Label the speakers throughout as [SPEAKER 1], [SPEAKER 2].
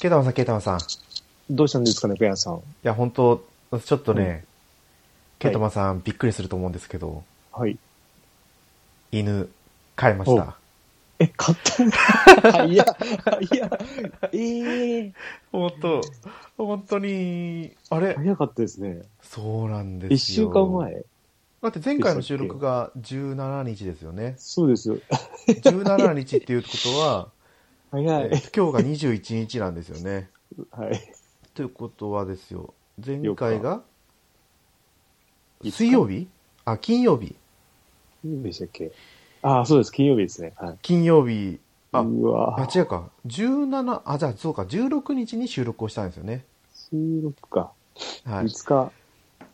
[SPEAKER 1] ケイタマンさん、ケイタマンさん。い
[SPEAKER 2] どうしたんですかね、クヤンさん。
[SPEAKER 1] や、本当ちょっとね、ケイタマンさん、びっくりすると思うんですけど、
[SPEAKER 2] はい。
[SPEAKER 1] 犬、飼いました。
[SPEAKER 2] え、買ったいや、いや、ええ
[SPEAKER 1] 本当本当に、あれ
[SPEAKER 2] 早かったですね。
[SPEAKER 1] そうなんですよ。
[SPEAKER 2] 一週間。前。
[SPEAKER 1] だって前回の収録が17日ですよね。
[SPEAKER 2] そうですよ。
[SPEAKER 1] 17日っていうこと は、
[SPEAKER 2] 早
[SPEAKER 1] え
[SPEAKER 2] い。
[SPEAKER 1] ー今日が21日なんですよね。
[SPEAKER 2] はい。
[SPEAKER 1] ということはですよ、前回が
[SPEAKER 2] いつか
[SPEAKER 1] 水曜日あ、金曜日。
[SPEAKER 2] 金曜日でしたっけああ、そうです。金曜日ですね。はい。
[SPEAKER 1] 金曜日、あ
[SPEAKER 2] う
[SPEAKER 1] あ、
[SPEAKER 2] わ
[SPEAKER 1] 違うか。17、あ、じゃあそうか、16日に収録をしたんですよね。
[SPEAKER 2] 収録か。
[SPEAKER 1] はい。
[SPEAKER 2] 5日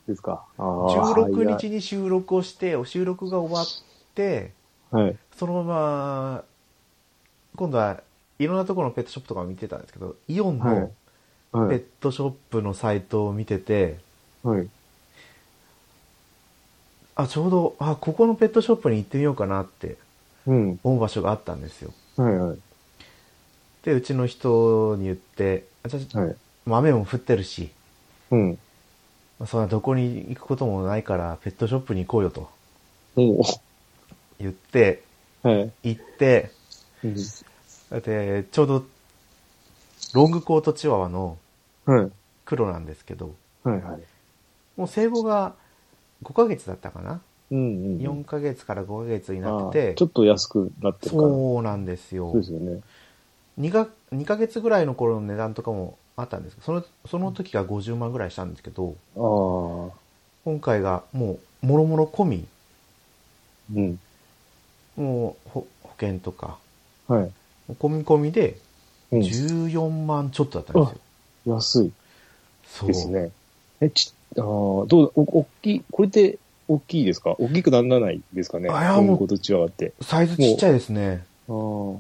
[SPEAKER 2] ですか。ああ。
[SPEAKER 1] 16日に収録をして、お収録が終わって、
[SPEAKER 2] 早い。はい。
[SPEAKER 1] そのまま、今度はいろんなところのペットショップとかを見てたんですけど、イオン
[SPEAKER 2] はい
[SPEAKER 1] のペ
[SPEAKER 2] は
[SPEAKER 1] ッ
[SPEAKER 2] い。
[SPEAKER 1] トショップのサイトを見てて、
[SPEAKER 2] はい。
[SPEAKER 1] あ、ちょうど、あ、ここのペットショップに行ってみようかなって
[SPEAKER 2] うん。
[SPEAKER 1] 思う場所があったんですよ。
[SPEAKER 2] はいはい。
[SPEAKER 1] で、うちの人に言って、あじゃあ
[SPEAKER 2] はい。
[SPEAKER 1] まあ雨も降ってるし、
[SPEAKER 2] うん。
[SPEAKER 1] まあそんなどこに行くこともないから、ペットショップに行こうよと
[SPEAKER 2] おー
[SPEAKER 1] 言って、
[SPEAKER 2] はい。
[SPEAKER 1] 行って、
[SPEAKER 2] うん
[SPEAKER 1] で、ちょうど、ロングコートチワワの
[SPEAKER 2] はい。
[SPEAKER 1] 黒なんですけど、
[SPEAKER 2] はいはい。
[SPEAKER 1] もう生後が5ヶ月だったかな
[SPEAKER 2] うんうん。
[SPEAKER 1] ?4 ヶ月から5ヶ月になっ
[SPEAKER 2] あ
[SPEAKER 1] て
[SPEAKER 2] あちょ
[SPEAKER 1] て、
[SPEAKER 2] っと安くなってるから。
[SPEAKER 1] そうなんですよ
[SPEAKER 2] そう。ですよね。
[SPEAKER 1] 2か2ヶ月ぐらいの頃の値段とかもあったんですけど、そのその時が50万ぐらいしたんですけど、
[SPEAKER 2] ああ。
[SPEAKER 1] 今回がもう、もろもろ込み、
[SPEAKER 2] うん。
[SPEAKER 1] もうほ保険とか、
[SPEAKER 2] はい。
[SPEAKER 1] 込み込みで
[SPEAKER 2] うん、
[SPEAKER 1] 14万ちょっとだったん
[SPEAKER 2] 安い
[SPEAKER 1] ですよ。
[SPEAKER 2] です
[SPEAKER 1] そう。
[SPEAKER 2] ね。え、ち、ああ、どうだ、お、おっきい、これって大きいですか大きくならないですかね
[SPEAKER 1] あいや
[SPEAKER 2] こうい
[SPEAKER 1] も
[SPEAKER 2] う
[SPEAKER 1] う
[SPEAKER 2] こと違うって。
[SPEAKER 1] サイズちっちゃいですね。
[SPEAKER 2] ああ。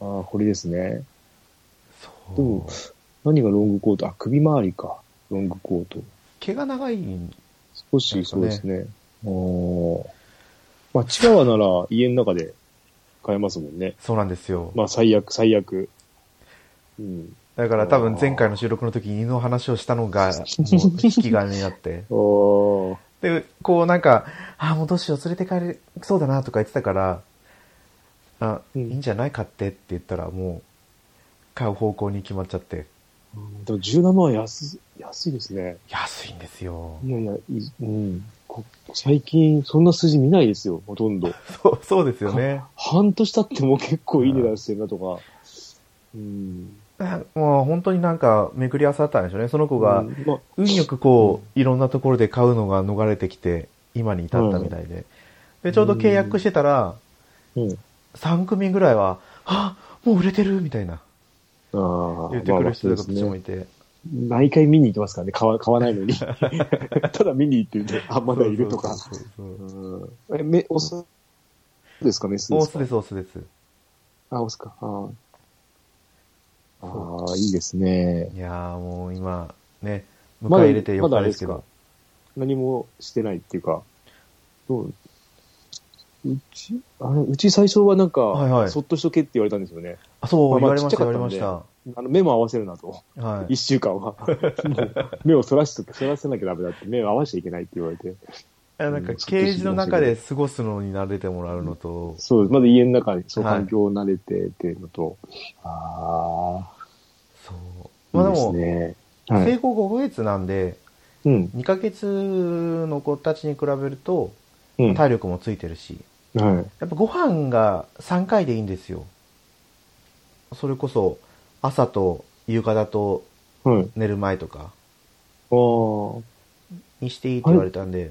[SPEAKER 2] ああ、これですね。
[SPEAKER 1] そう。
[SPEAKER 2] でも何がロングコートあ、首周りか。ロングコート。
[SPEAKER 1] 毛が長いん
[SPEAKER 2] 少
[SPEAKER 1] なん
[SPEAKER 2] し
[SPEAKER 1] か
[SPEAKER 2] そうですね。ああ。まあ、チワワなら家の中で買えますもんね。
[SPEAKER 1] そうなんですよ。
[SPEAKER 2] まあ、最悪、最悪。うん。
[SPEAKER 1] だから多分前回の収録の時に犬の話をしたのが、もう引き金にな って。
[SPEAKER 2] ああ。
[SPEAKER 1] で、こうなんか、あーもうどうしよう、連れて帰れそうだなとか言ってたから、あ、
[SPEAKER 2] うん
[SPEAKER 1] いいんじゃない買ってって言ったらもう、買う方向に決まっちゃって。
[SPEAKER 2] うんでも17万安い、安いですね。
[SPEAKER 1] 安いんですよ。
[SPEAKER 2] いやいや、いうん、こ最近そんな数字見ないですよ、ほとんど。
[SPEAKER 1] そう、そうですよね。
[SPEAKER 2] 半年経っても結構いい値段してるなとか。うん。
[SPEAKER 1] もう本当になんか巡り合わさったんでしょうね。その子が
[SPEAKER 2] う、んまあ、
[SPEAKER 1] 運よくこう、いろんなところで買うのが逃れてきて、今に至ったみたいで。で、ちょうど契約してたら、
[SPEAKER 2] うん。
[SPEAKER 1] 3組ぐらいは、あもう売れてるみたいな。
[SPEAKER 2] ああ、
[SPEAKER 1] 言ってく
[SPEAKER 2] ま
[SPEAKER 1] る
[SPEAKER 2] あ
[SPEAKER 1] 人
[SPEAKER 2] そう
[SPEAKER 1] た
[SPEAKER 2] です
[SPEAKER 1] ちも
[SPEAKER 2] ね。
[SPEAKER 1] いて。
[SPEAKER 2] 毎回見に行ってますからね、買わ買わないのに。 ただ見に行ってるんで、あ、まだいるとか。
[SPEAKER 1] そうそうそうそう
[SPEAKER 2] うんえ、め、オスですか、メスで
[SPEAKER 1] オ
[SPEAKER 2] す
[SPEAKER 1] ス
[SPEAKER 2] か
[SPEAKER 1] です、オスです。
[SPEAKER 2] あ、オスか。ああ、ああいいですね。
[SPEAKER 1] いやーもう今、ね、迎
[SPEAKER 2] ま
[SPEAKER 1] え
[SPEAKER 2] だ
[SPEAKER 1] 入れて4日ですけ
[SPEAKER 2] まだ
[SPEAKER 1] ど
[SPEAKER 2] あ。れですか何もしてないっていうか、どううち、あれ、うち最初はなんか、
[SPEAKER 1] はいはい
[SPEAKER 2] そっとしとけって言われたんですよね。
[SPEAKER 1] あ、そう、言
[SPEAKER 2] ま
[SPEAKER 1] わ
[SPEAKER 2] あまあ
[SPEAKER 1] れました、言われ
[SPEAKER 2] ち
[SPEAKER 1] ま
[SPEAKER 2] っち
[SPEAKER 1] し
[SPEAKER 2] ゃか
[SPEAKER 1] た。
[SPEAKER 2] あの、目も合わせるなと。
[SPEAKER 1] は
[SPEAKER 2] 一
[SPEAKER 1] い。
[SPEAKER 2] 週間は。もう目をそらしと、そらさなきゃダメだって、目を合わせちゃいけないって言われて。
[SPEAKER 1] あなんか、ケージの中で過ごすのに慣れてもらうのと、
[SPEAKER 2] そうです。まだ家の中に、そう、
[SPEAKER 1] はい
[SPEAKER 2] 環境を慣れてっていうのと。あ
[SPEAKER 1] そう。
[SPEAKER 2] あ、
[SPEAKER 1] まあで
[SPEAKER 2] いい
[SPEAKER 1] も、
[SPEAKER 2] ですね。は
[SPEAKER 1] 生
[SPEAKER 2] い。
[SPEAKER 1] 後5ヶ月なんで、
[SPEAKER 2] うん。
[SPEAKER 1] 2ヶ月の子たちに比べると、
[SPEAKER 2] うん。は
[SPEAKER 1] 体力もついてるし、
[SPEAKER 2] い。
[SPEAKER 1] やっぱご飯が3回でいいんですよ。それこそ、朝と夕方と
[SPEAKER 2] はい。
[SPEAKER 1] 寝る前とか
[SPEAKER 2] ああ。
[SPEAKER 1] にしていいって言われたんで、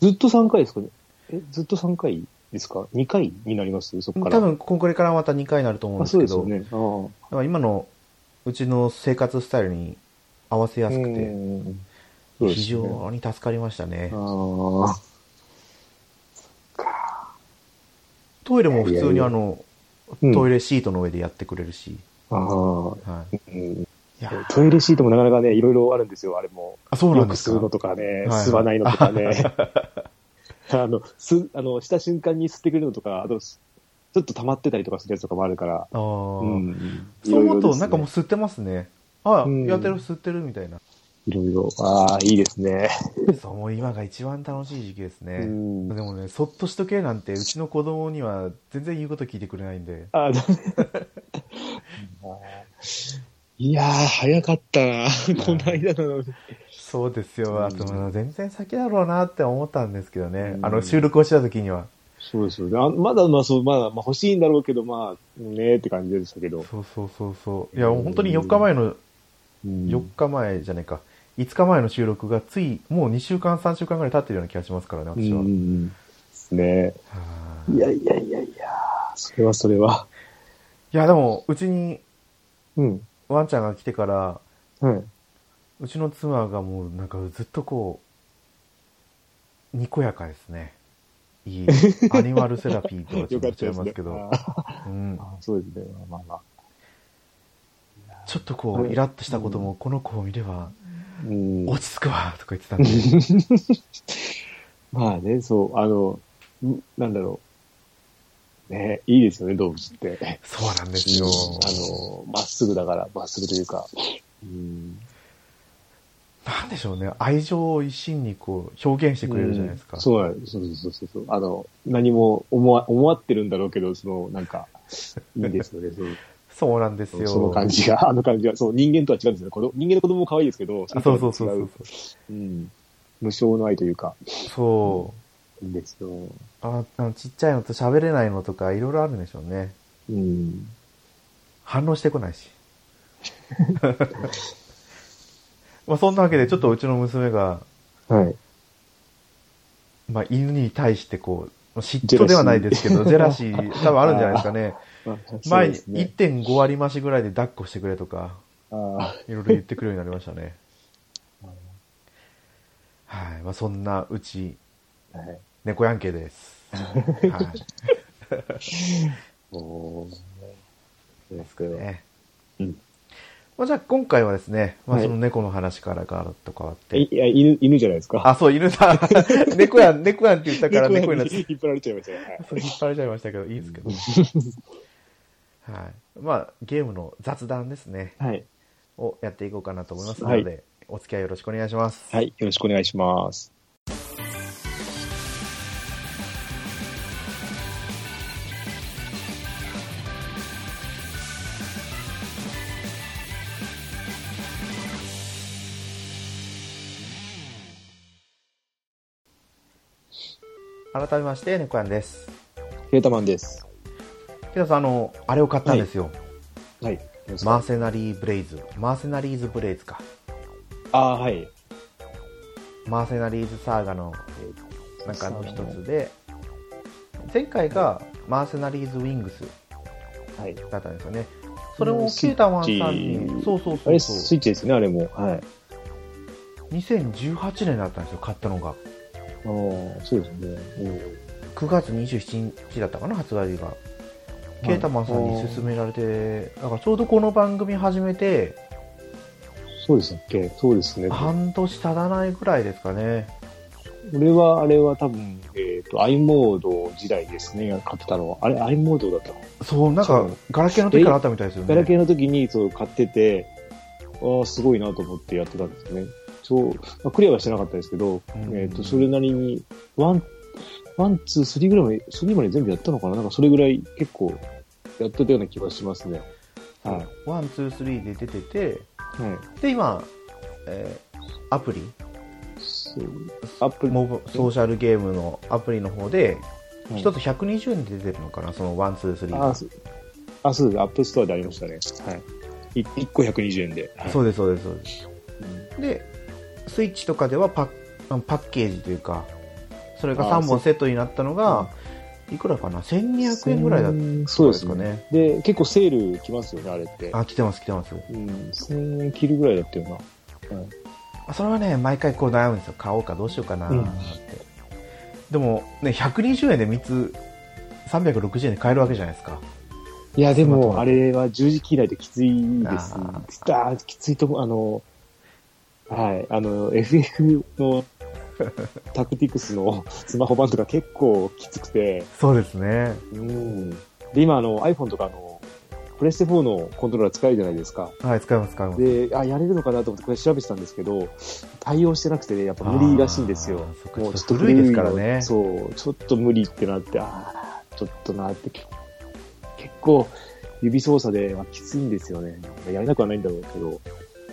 [SPEAKER 2] ずっと3回ですかねえ、ずっと3回ですか ?2 回になりますそこから。
[SPEAKER 1] 多分これからまた2回になると思うん
[SPEAKER 2] あ、
[SPEAKER 1] です
[SPEAKER 2] そう
[SPEAKER 1] け
[SPEAKER 2] です
[SPEAKER 1] ど、
[SPEAKER 2] よね。あ
[SPEAKER 1] だから今のうちの生活スタイルに合わせ
[SPEAKER 2] あ。
[SPEAKER 1] やすくて、
[SPEAKER 2] て。そうですね
[SPEAKER 1] 非常に助かりましたね。
[SPEAKER 2] ああ。
[SPEAKER 1] トイレも普通
[SPEAKER 2] いやい
[SPEAKER 1] に
[SPEAKER 2] や
[SPEAKER 1] あの、
[SPEAKER 2] うん
[SPEAKER 1] トイレシートの上でやってくれるし、
[SPEAKER 2] ああ、
[SPEAKER 1] はい。
[SPEAKER 2] うん。
[SPEAKER 1] いやー
[SPEAKER 2] トイレシートもなかなかね、いろいろあるんですよ、あれも。
[SPEAKER 1] あ、そうな
[SPEAKER 2] よ
[SPEAKER 1] ん
[SPEAKER 2] く
[SPEAKER 1] です
[SPEAKER 2] 吸うの
[SPEAKER 1] か。
[SPEAKER 2] とかね、
[SPEAKER 1] はい
[SPEAKER 2] 吸わないの とかね。あの、吸、あの、した瞬間に吸ってくれるのとか、あと、ちょっと溜まってたりとかするやつとかもあるから。
[SPEAKER 1] ああ、
[SPEAKER 2] うん。
[SPEAKER 1] そう思う
[SPEAKER 2] いろいろで
[SPEAKER 1] と、
[SPEAKER 2] すね
[SPEAKER 1] なんかもう吸ってますね。あ、
[SPEAKER 2] うん
[SPEAKER 1] やってる、吸ってるみたいな。
[SPEAKER 2] いろいろ。ああ、いいですね。
[SPEAKER 1] そう、もう今が一番楽しい時期です
[SPEAKER 2] う
[SPEAKER 1] ね。
[SPEAKER 2] ん。
[SPEAKER 1] でもね、そっとしとけなんて、うちの子供には全然言うこと聞いてくれないんで。
[SPEAKER 2] ああ、だ いやー、早かったな。この間なのに。
[SPEAKER 1] そうです
[SPEAKER 2] う
[SPEAKER 1] よ。
[SPEAKER 2] ん
[SPEAKER 1] あと、まあ全然先だろうなって思ったんですけどね
[SPEAKER 2] う。ん
[SPEAKER 1] あの、収録をした時には。
[SPEAKER 2] そうですよね。あまだ、まあ、そう、まだ、まあ、欲しいんだろうけど、まあ、ねーって感じでしたけど。
[SPEAKER 1] そうそうそうそう。いや、もう本当に4日前の、
[SPEAKER 2] うん
[SPEAKER 1] 4日前じゃないか。5日前の収録がつい、もう2週間、3週間ぐらい経ってるような気がしますからね、
[SPEAKER 2] う
[SPEAKER 1] 私は。
[SPEAKER 2] ん。ですね。
[SPEAKER 1] はいい
[SPEAKER 2] やいやいやいや、それはそれは。
[SPEAKER 1] いや、でも、うちに
[SPEAKER 2] うん。
[SPEAKER 1] ワンちゃんが来てから、
[SPEAKER 2] はい。
[SPEAKER 1] うちの妻がもうなんかずっとこう、にこやかですね。 いい。アニマルセラピーとはちょ
[SPEAKER 2] よ
[SPEAKER 1] っと
[SPEAKER 2] かっ
[SPEAKER 1] 違
[SPEAKER 2] た
[SPEAKER 1] い
[SPEAKER 2] です
[SPEAKER 1] ます
[SPEAKER 2] ね
[SPEAKER 1] け。ど、
[SPEAKER 2] あ
[SPEAKER 1] うん、
[SPEAKER 2] ーそうですね。まあまあ。
[SPEAKER 1] ちょっとこう、イラッとしたことも、この子を見れば、
[SPEAKER 2] うん。
[SPEAKER 1] 落ち着くわとか言ってたんで、
[SPEAKER 2] まあね、そう、あの、んなんだろう。ね、いいですよね、動物って。
[SPEAKER 1] そうなんですよ。
[SPEAKER 2] あの、まっすぐだから、まっすぐというか。うん。
[SPEAKER 1] なんでしょうね、愛情を一身にこう、表現してくれるじゃないですか。
[SPEAKER 2] うんそうなんそうそうそうそう。あの、何も思わ、思わってるんだろうけど、その、なん か、いいですよね、そう。
[SPEAKER 1] そうなんですよ。
[SPEAKER 2] その感じが、あの 感じが、そう、人間とは違うんですよね。子供人間の子供も可愛いですけど、
[SPEAKER 1] あそうそうそうそう。
[SPEAKER 2] 違う。うん。無償の愛というか、
[SPEAKER 1] そう。
[SPEAKER 2] いいんですよ。
[SPEAKER 1] ああのちっちゃいのと喋れないのとかいろいろあるんでしょうね。
[SPEAKER 2] うん。
[SPEAKER 1] 反応してこないし。まあそんなわけで、ちょっとうちの娘が、
[SPEAKER 2] はい。
[SPEAKER 1] まあ犬に対してこう、嫉妬ではないですけど、ジェラシー多分あるんじゃないですか ね。前に
[SPEAKER 2] に、
[SPEAKER 1] 1.5割増しぐらいで抱っこしてくれとか、
[SPEAKER 2] あ
[SPEAKER 1] いろいろ言ってくるようになりましたね。はい。まあそんなうち、
[SPEAKER 2] あ、はい。
[SPEAKER 1] 猫やんけです。はい。
[SPEAKER 2] おーそうですけど。
[SPEAKER 1] ね
[SPEAKER 2] うん
[SPEAKER 1] まあ、じゃあ今回はですね、まあ、
[SPEAKER 2] はい
[SPEAKER 1] その猫の話からガラッと変わって、
[SPEAKER 2] えいや、犬、犬じゃないですか。
[SPEAKER 1] あ、そう、犬 さん、猫やん、猫やんって言ったから
[SPEAKER 2] 猫
[SPEAKER 1] 猫に
[SPEAKER 2] に
[SPEAKER 1] なって、
[SPEAKER 2] 引っ張られちゃいましたよ。はい
[SPEAKER 1] そう引っ張られちゃいましたけど、いいですけど。はい。まあ、ゲームの雑談ですね、
[SPEAKER 2] はい。
[SPEAKER 1] をやっていこうかなと思いますの
[SPEAKER 2] は
[SPEAKER 1] で、
[SPEAKER 2] い
[SPEAKER 1] お付き合いよろしくお願いします。
[SPEAKER 2] はい。よろしくお願いします。
[SPEAKER 1] 改めまして、猫やんです。
[SPEAKER 2] ケータマンです。
[SPEAKER 1] けどさん、あの、あれを買ったんですよ。
[SPEAKER 2] はい。
[SPEAKER 1] マーセナリーブレイズ。マーセナリーズブレイズか。
[SPEAKER 2] あーはい。
[SPEAKER 1] マーセナリーズサーガのなんかの一つで、前回がマーセナリーズウィングス
[SPEAKER 2] はい。
[SPEAKER 1] だったんですよね。それ
[SPEAKER 2] う
[SPEAKER 1] をケ
[SPEAKER 2] ん
[SPEAKER 1] ータマンさん
[SPEAKER 2] スイッ
[SPEAKER 1] に、
[SPEAKER 2] チ
[SPEAKER 1] そうそう
[SPEAKER 2] あ
[SPEAKER 1] そう
[SPEAKER 2] れ、
[SPEAKER 1] そ
[SPEAKER 2] ス
[SPEAKER 1] う、
[SPEAKER 2] イッチですね、あれも。はい。
[SPEAKER 1] 2018年だったんですよ、買ったのが。
[SPEAKER 2] ああ、そうですね。
[SPEAKER 1] 9月27日だったかな、発売日が。
[SPEAKER 2] い
[SPEAKER 1] ケータマンさんに勧められて、だからちょうどこの番組始めて、
[SPEAKER 2] そうですっけそうですね。
[SPEAKER 1] 半年経たないぐらいですかね。
[SPEAKER 2] 俺は、あれは多分、えっ、と、i モード時代ですね、買ってたのは。あれ、i モードだったの
[SPEAKER 1] そう、なん
[SPEAKER 2] そ
[SPEAKER 1] か
[SPEAKER 2] う、
[SPEAKER 1] ガラケーの時からあったみたいですよ
[SPEAKER 2] ガラケ
[SPEAKER 1] ね。
[SPEAKER 2] ーの時にそう買ってて、ああ、すごいなと思ってやってたんですよね。そう、まあ、クリアはしてなかったですけど、
[SPEAKER 1] うん
[SPEAKER 2] えっ、と、それなりに、ワン、ワン、ツー、スリーぐらいまで、スリーまで全部やったのかななんかそれぐらい結構やってたような気がしますね。はい。
[SPEAKER 1] ワン、ツー、スリーで出てて、
[SPEAKER 2] はい。
[SPEAKER 1] で、今、えーアプリ、
[SPEAKER 2] そうアップ
[SPEAKER 1] モブソーシャルゲームのアプリの方で、
[SPEAKER 2] はい
[SPEAKER 1] 一つ120円で出てるのかな、その1、2、3
[SPEAKER 2] あ
[SPEAKER 1] が。
[SPEAKER 2] そうあ、そうです。アップストアでありましたね。はい。い1個120円で。はい
[SPEAKER 1] そうです、そうです、そうです。
[SPEAKER 2] うん
[SPEAKER 1] で、スイッチとかではパッあのパッケージというか、それが
[SPEAKER 2] あ
[SPEAKER 1] 3本セットになったのが、いくらかな、1200円ぐらいだったん
[SPEAKER 2] そう
[SPEAKER 1] で
[SPEAKER 2] で
[SPEAKER 1] すすか
[SPEAKER 2] かね。
[SPEAKER 1] ね。
[SPEAKER 2] で、結構セール来ますよね、あれって。
[SPEAKER 1] あ、来てます、来てます。
[SPEAKER 2] うん、1000円切るぐらいだったよ
[SPEAKER 1] あそれはね、毎回こう悩むんですよ。買おうかどうしようかなって。
[SPEAKER 2] うん
[SPEAKER 1] でも、ね、120円で3つ、360円で買えるわけじゃないですか。
[SPEAKER 2] いや、で
[SPEAKER 1] その通
[SPEAKER 2] も、
[SPEAKER 1] り
[SPEAKER 2] あれは十字キーないときついです。
[SPEAKER 1] あ
[SPEAKER 2] きつあーきついと思うあの、はい、あの、FF のタクティクスのスマホ版とか結構きつくて、
[SPEAKER 1] そうですね。
[SPEAKER 2] うん、で、今、あの、iPhone とか、あの、プレステ4のコントローラー使えるじゃないですか。
[SPEAKER 1] はい、使います、使います。
[SPEAKER 2] で、あ、やれるのかなと思ってこれ調べてたんですけど、対応してなくてね、やっぱ無理らしいんですよ
[SPEAKER 1] あ。ーそっか古いですからね
[SPEAKER 2] そう、ちょっと無理ってなって、ああ、ちょっとなって、結構、指操作ではきついんですよね。やれなくはないんだろうけど、ちょ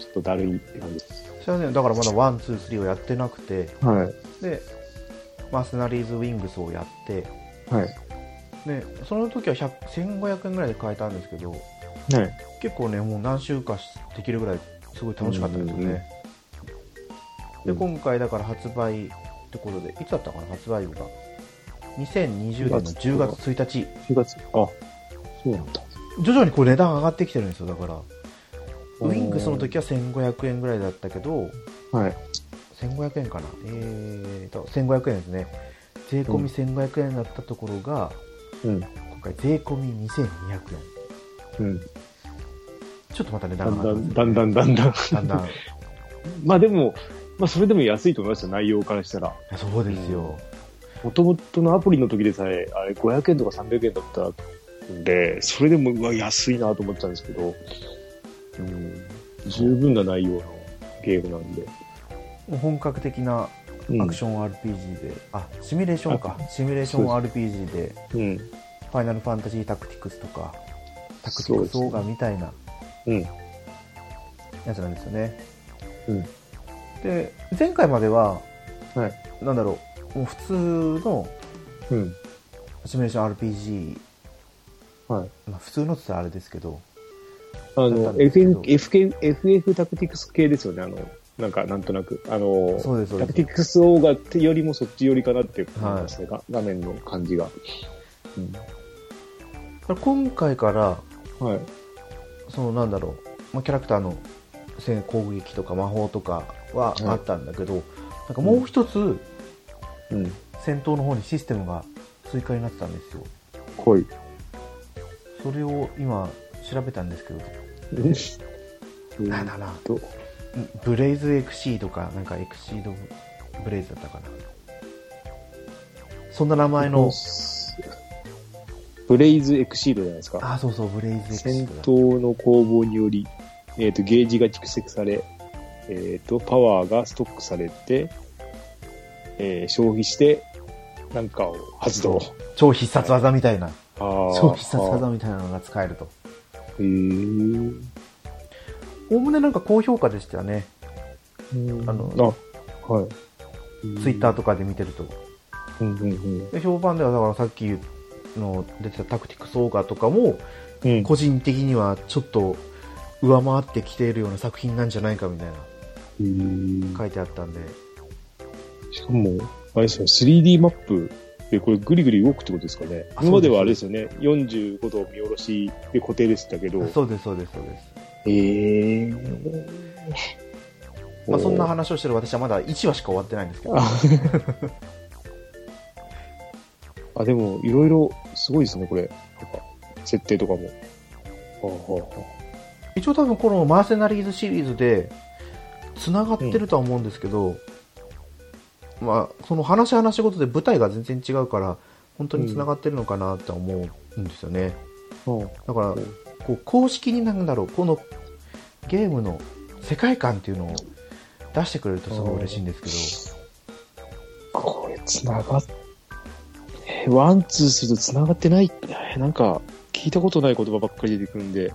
[SPEAKER 2] っとだるいって感じです。
[SPEAKER 1] 私はね、だからまだワン、ツー、スリーをやってなくて、
[SPEAKER 2] はい。
[SPEAKER 1] で、マーセナリーズ・ウィングスをやって、
[SPEAKER 2] はい。
[SPEAKER 1] で、その時は100 1500円ぐらいで買えたんですけど、
[SPEAKER 2] はい。
[SPEAKER 1] 結構ね、もう何週かできるぐらい、すごい楽しかったですよ
[SPEAKER 2] うんうんうん
[SPEAKER 1] ね。で、今回だから発売ってことで、いつだったかな、発売日が。2020年の10月1日。
[SPEAKER 2] 10月、あ、そうなんだ。
[SPEAKER 1] 徐々にこう値段上がってきてるんですよ、だから。ウィングスの時は1500円ぐらいだったけど、
[SPEAKER 2] はい。
[SPEAKER 1] 1500円かなえーと、1500円ですね。税込み1500円だったところが、
[SPEAKER 2] うん。
[SPEAKER 1] 今回税込み2200円。
[SPEAKER 2] うん。
[SPEAKER 1] ちょっとまた値
[SPEAKER 2] だ
[SPEAKER 1] 段
[SPEAKER 2] ん
[SPEAKER 1] が
[SPEAKER 2] だ
[SPEAKER 1] 上がっ
[SPEAKER 2] ん、
[SPEAKER 1] て
[SPEAKER 2] だんだん、だんだん。
[SPEAKER 1] だんだん。い
[SPEAKER 2] まあでも、まあそれでも安いと思いました、内容からしたら。
[SPEAKER 1] やそうですよ。
[SPEAKER 2] もともとのアプリの時でさえ、あれ500円とか300円だったんで、それでもうわ安いなと思ってたんですけど、うん、十分な内容のゲームなんで。
[SPEAKER 1] もう本格的なアクション RPG で、あ、シミュレーションか。シミュレーション RPG で、
[SPEAKER 2] うん。
[SPEAKER 1] ファイナルファンタジータクティクスとか、タクティクスオーガみたいな
[SPEAKER 2] うん。
[SPEAKER 1] やつなんですよね。
[SPEAKER 2] うん。
[SPEAKER 1] で、前回までは、
[SPEAKER 2] はい。
[SPEAKER 1] なんだろう、もう普通の
[SPEAKER 2] うん。
[SPEAKER 1] シミュレーション RPG、
[SPEAKER 2] はい。
[SPEAKER 1] まあ、普通のって言ったらあれですけど、
[SPEAKER 2] あ
[SPEAKER 1] だった
[SPEAKER 2] の
[SPEAKER 1] ん、ですけど
[SPEAKER 2] FF、FF、FF タクティクス系ですよね、あの、なんか、なんとなく。あの、
[SPEAKER 1] そうですそうです
[SPEAKER 2] タクティクスオーガってよりもそっちよりかなって思いますね、が画面の感じが。
[SPEAKER 1] これ今回から、
[SPEAKER 2] うん、はい。
[SPEAKER 1] そのなんだろう、まあ、キャラクターの戦攻撃とか魔法とかは
[SPEAKER 2] はい
[SPEAKER 1] あったんだけど、なんかもう一つ
[SPEAKER 2] うん。
[SPEAKER 1] 戦闘の方にシステムが追加になってたんですよ。
[SPEAKER 2] 濃い。
[SPEAKER 1] それを今調べたんですけど、
[SPEAKER 2] うん
[SPEAKER 1] なんだな、
[SPEAKER 2] と、
[SPEAKER 1] ブレイズエクシードか、なんかエクシードブレイズだったかな。そんな名前の、
[SPEAKER 2] ブレイズエクシードじゃないですか。
[SPEAKER 1] あ、そうそう、ブレイズエクシ
[SPEAKER 2] 戦
[SPEAKER 1] ードだ。
[SPEAKER 2] 闘の攻防により、えー、とゲージが蓄積され、えーと、パワーがストックされて、えー消費して、なんかを発動。
[SPEAKER 1] 超必殺技みたいな。
[SPEAKER 2] あー
[SPEAKER 1] 超必殺技みたいなのが使えると。
[SPEAKER 2] へー
[SPEAKER 1] おおむねなんか高評価でしたよね。
[SPEAKER 2] うん
[SPEAKER 1] あの
[SPEAKER 2] あ、はい。
[SPEAKER 1] ツイッターとかで見てると。
[SPEAKER 2] うんうんうん
[SPEAKER 1] で評判では、だからさっきの出てたタクティクスオーガーとかも、
[SPEAKER 2] うん。
[SPEAKER 1] 個人的にはちょっと上回ってきているような作品なんじゃないかみたいな
[SPEAKER 2] うん
[SPEAKER 1] 書いてあったんで、
[SPEAKER 2] しかも、あれですよね、3D マップで、これぐりぐり動くってことですかね。
[SPEAKER 1] あ
[SPEAKER 2] 今までは
[SPEAKER 1] そ
[SPEAKER 2] あ
[SPEAKER 1] うで
[SPEAKER 2] れですよね、45度見下ろしで固定でしたけど。
[SPEAKER 1] そうです、そうです、そうです。
[SPEAKER 2] ええ
[SPEAKER 1] まあ、そんな話をしてる私はまだ1話しか終わってないんですけど、
[SPEAKER 2] ああ、でも、いろいろすごいですね、これ。なんか設定とかも。はあは
[SPEAKER 1] 一応多分このマーセナリーズシリーズで繋がってるとは思うんですけど、まあ、その話し話し事で舞台が全然違うから、本当に繋がってるのかなって思うんですよね。
[SPEAKER 2] あは
[SPEAKER 1] だから
[SPEAKER 2] うん、
[SPEAKER 1] こう、公式になんだろう、このゲームの世界観っていうのを出してくれるとすごい嬉しいんですけど、
[SPEAKER 2] あこれ、つながっ、えーワン、ツーするとつながってないえーなんか、聞いたことない言葉ばっかり出てくるんで。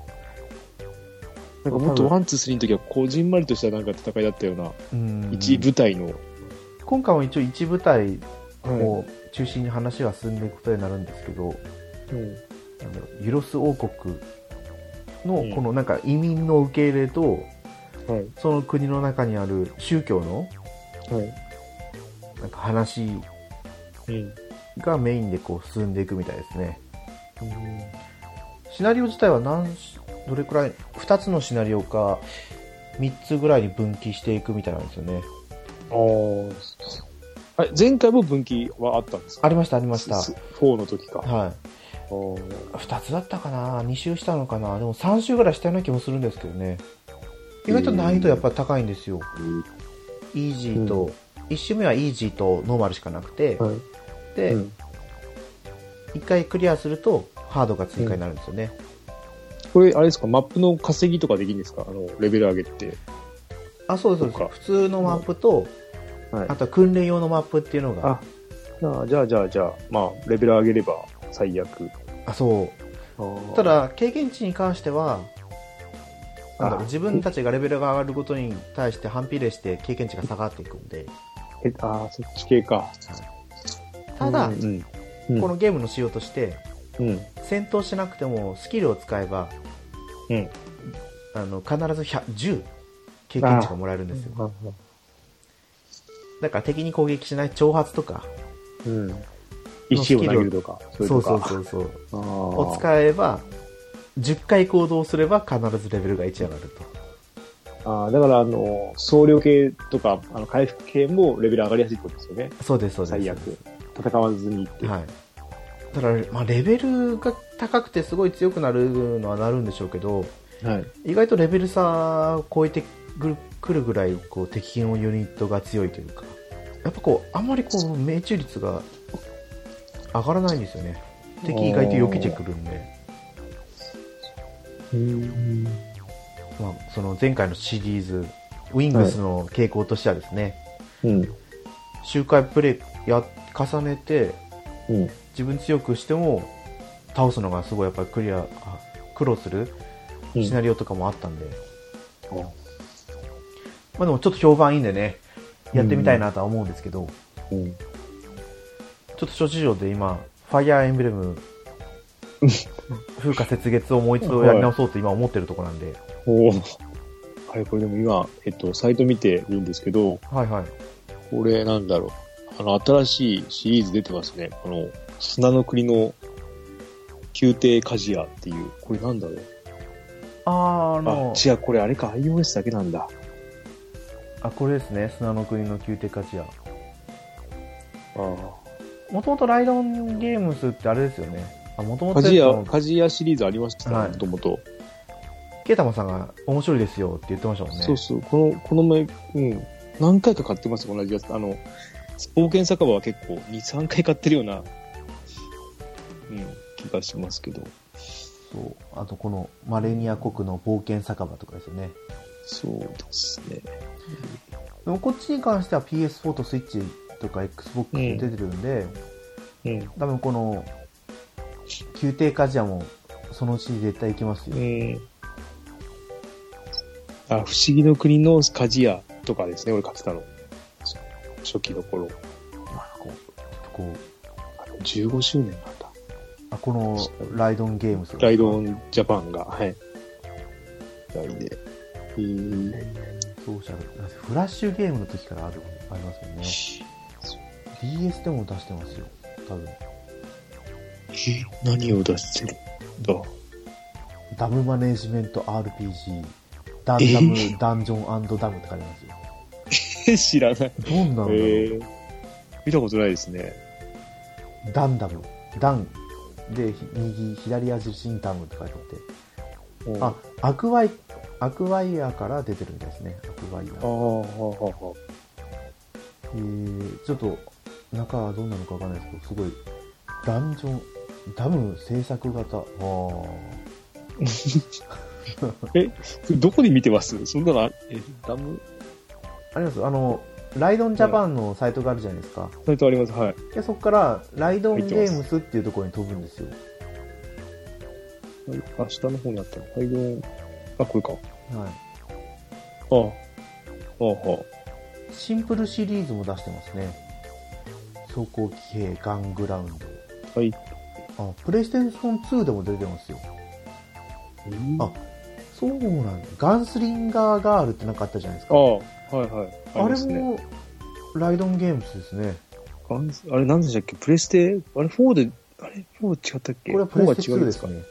[SPEAKER 2] なんかもっとワン、ツー、スリーの時は、こじんまりとしたなんか戦いだったような、
[SPEAKER 1] うん
[SPEAKER 2] 一部隊の。
[SPEAKER 1] 今回も一応一部隊を中心に話が進んでいくことになるんですけど、
[SPEAKER 2] うん
[SPEAKER 1] なんだろうユロス王国
[SPEAKER 2] うん
[SPEAKER 1] のこのなんか移民の受け入れと
[SPEAKER 2] はい。
[SPEAKER 1] その国の中にある宗教の
[SPEAKER 2] はい。
[SPEAKER 1] なんか話
[SPEAKER 2] うん。
[SPEAKER 1] がメインでこう進んでいくみたいですねシナリオ自体は何しどれくらい2つのシナリオか3つぐらいに分岐していくみたいなんですよね
[SPEAKER 2] ああ。あ前回も分岐はあったんですか
[SPEAKER 1] ありましたありました
[SPEAKER 2] す4の時か。
[SPEAKER 1] はい
[SPEAKER 2] おー
[SPEAKER 1] 2つだったかな2周したのかなでも3周ぐらいしたような気もするんですけどね意外と難易度やっぱ高いんですよ、イージーと、1周目はイージーとノーマルしかなくて、
[SPEAKER 2] はい。
[SPEAKER 1] で、
[SPEAKER 2] うん
[SPEAKER 1] 1回クリアするとハードが追加になるんですよね。
[SPEAKER 2] これ、あれですか、マップの稼ぎとかできるんですかあの、レベル上げって。
[SPEAKER 1] あ、そうです、そうで
[SPEAKER 2] そうか
[SPEAKER 1] す。普通のマップと、
[SPEAKER 2] はい
[SPEAKER 1] あ。とは訓練用のマップっていうのが、
[SPEAKER 2] あ、なあじゃあ、じゃあ、じゃあ、まあ、レベル上げれば最悪。
[SPEAKER 1] あそう。た、だ、経験値に関しては、なんだろう
[SPEAKER 2] あ
[SPEAKER 1] 自分たちがレベルが上がることに対して反比例して経験値が下がっていくんで、
[SPEAKER 2] えあー、そっち系か。
[SPEAKER 1] ただ、
[SPEAKER 2] うん、うん。
[SPEAKER 1] このゲームの仕様として、
[SPEAKER 2] うん。
[SPEAKER 1] 戦闘しなくてもスキルを使えば、
[SPEAKER 2] うん
[SPEAKER 1] あの必ず100 10経験値がもらえるんですよ。だから敵に攻撃しない挑発とか、
[SPEAKER 2] うん。石を投げるとか、そういう
[SPEAKER 1] そ
[SPEAKER 2] と
[SPEAKER 1] うそう
[SPEAKER 2] か。
[SPEAKER 1] そうそう、
[SPEAKER 2] あー
[SPEAKER 1] を使えば、10回行動すれば必ずレベルが1上がると。
[SPEAKER 2] あーだから、あの、総量系とか、あの回復系もレベル上がりやすいってことですよね。
[SPEAKER 1] そうです、そうです。
[SPEAKER 2] 最悪。戦わずにって。
[SPEAKER 1] はい。ただから、まあ、レベルが高くてすごい強くなるのはなるんでしょうけど、
[SPEAKER 2] はい。
[SPEAKER 1] 意外とレベル差を超えてくるくるぐらいこう敵のユニットが強いというかやっぱこうあんまりこう命中率が上がらないんですよね敵意外と避けてくるんで、
[SPEAKER 2] うん。
[SPEAKER 1] まあ、その前回のシリーズウィングスの傾向としてはですね、
[SPEAKER 2] うん。
[SPEAKER 1] 周回プレイや重ねて
[SPEAKER 2] うん。
[SPEAKER 1] 自分強くしても倒すのがすごいやっぱりクリアあ苦労するシナリオとかもあったんで、まあ、でもちょっと評判いいんでねやってみたいなとは思うんですけど、
[SPEAKER 2] う
[SPEAKER 1] ち
[SPEAKER 2] ん。
[SPEAKER 1] ょっと諸事情で今、ファイアーエンブレ ム、風化雪月をもう一度やり直そうと今思ってるとこなんで、
[SPEAKER 2] おーはい、これでも今、えっと、サイト見てるんですけど、
[SPEAKER 1] はいはい。
[SPEAKER 2] これなんだろう。あの、新しいシリーズ出てますね。この、砂の国の宮廷鍛冶屋っていう、これなんだろう。
[SPEAKER 1] あー、あ
[SPEAKER 2] あ
[SPEAKER 1] の、、
[SPEAKER 2] 違う、これあれか、iOS だけなんだ。
[SPEAKER 1] あ、これですね、砂の国の宮廷勝ち屋。
[SPEAKER 2] ああ。
[SPEAKER 1] もともとライドオンゲームスってあれですよね。あ、もともと
[SPEAKER 2] カジヤ、カジヤシリーズありました
[SPEAKER 1] はい
[SPEAKER 2] ね、もともと。
[SPEAKER 1] ケータマさんが面白いですよって言ってましたもんね。
[SPEAKER 2] そうそう、この、この前、うん、何回か買ってます、同じやつ。あの、冒険酒場は結構、2、3回買ってるような、うん、気がしますけど。
[SPEAKER 1] そうあとこのマレニア国の冒険酒場とかですよね。
[SPEAKER 2] そうですね。
[SPEAKER 1] でもこっちに関しては PS4 と Switch とか Xbox で出てるんで、
[SPEAKER 2] うん。
[SPEAKER 1] 多分この宮廷鍛冶屋もそのうち絶対行きますよ、
[SPEAKER 2] うん。あ、不思議の国のカジヤとかですね、俺買ってたの。初期の頃。
[SPEAKER 1] あこうこう
[SPEAKER 2] あの15周年なんだ。
[SPEAKER 1] あこのライドンゲームス
[SPEAKER 2] ライドオンジャパンが、はい。ライで。えー
[SPEAKER 1] ソーシャルだってフラッシュゲームの時からあるありますよね DS でも出してますよ多分
[SPEAKER 2] えー何を出してるんだ
[SPEAKER 1] ダムマネージメント RPG ダンダム、
[SPEAKER 2] えー
[SPEAKER 1] ダンジョンダムって書いてますよ
[SPEAKER 2] 知らない。
[SPEAKER 1] どんなのだろう、
[SPEAKER 2] えー、見たことないですね。
[SPEAKER 1] ダンダムダンでひ右左矢印にダムって書いてあってあアクワイアクワイアから出てるみたいですねアクワイア
[SPEAKER 2] あー、
[SPEAKER 1] えーちょっと中はどんなのかわかんないですけどすごいダンジョンダム制作型あー
[SPEAKER 2] どこで見てますそんなのあ、え、ダム
[SPEAKER 1] ありますあのライドンジャパンのサイトがあるじゃないですか
[SPEAKER 2] サイトあります。はい。
[SPEAKER 1] でそこからライドンゲームスっていうところに飛ぶんですよ
[SPEAKER 2] あ、下の方にあったの。ライドオン。あ、これか。
[SPEAKER 1] はい
[SPEAKER 2] ああ。ああ、あ
[SPEAKER 1] シンプルシリーズも出してますね走行騎兵ガングラウン
[SPEAKER 2] あ。はい。
[SPEAKER 1] ドあプレイステーション2でも出てますよあそうなんだガンスリンガーガールってなんかあったじゃないですか
[SPEAKER 2] ああ、はいはい。
[SPEAKER 1] あ
[SPEAKER 2] りま
[SPEAKER 1] れ
[SPEAKER 2] すね
[SPEAKER 1] もライドンゲームスですね
[SPEAKER 2] ガンズあれ何でしたっけプレステ、あれ4で、あれ4違ったっけ
[SPEAKER 1] これはプレステ
[SPEAKER 2] 4
[SPEAKER 1] 2
[SPEAKER 2] が違う
[SPEAKER 1] で
[SPEAKER 2] や
[SPEAKER 1] す
[SPEAKER 2] つ
[SPEAKER 1] か
[SPEAKER 2] か
[SPEAKER 1] ね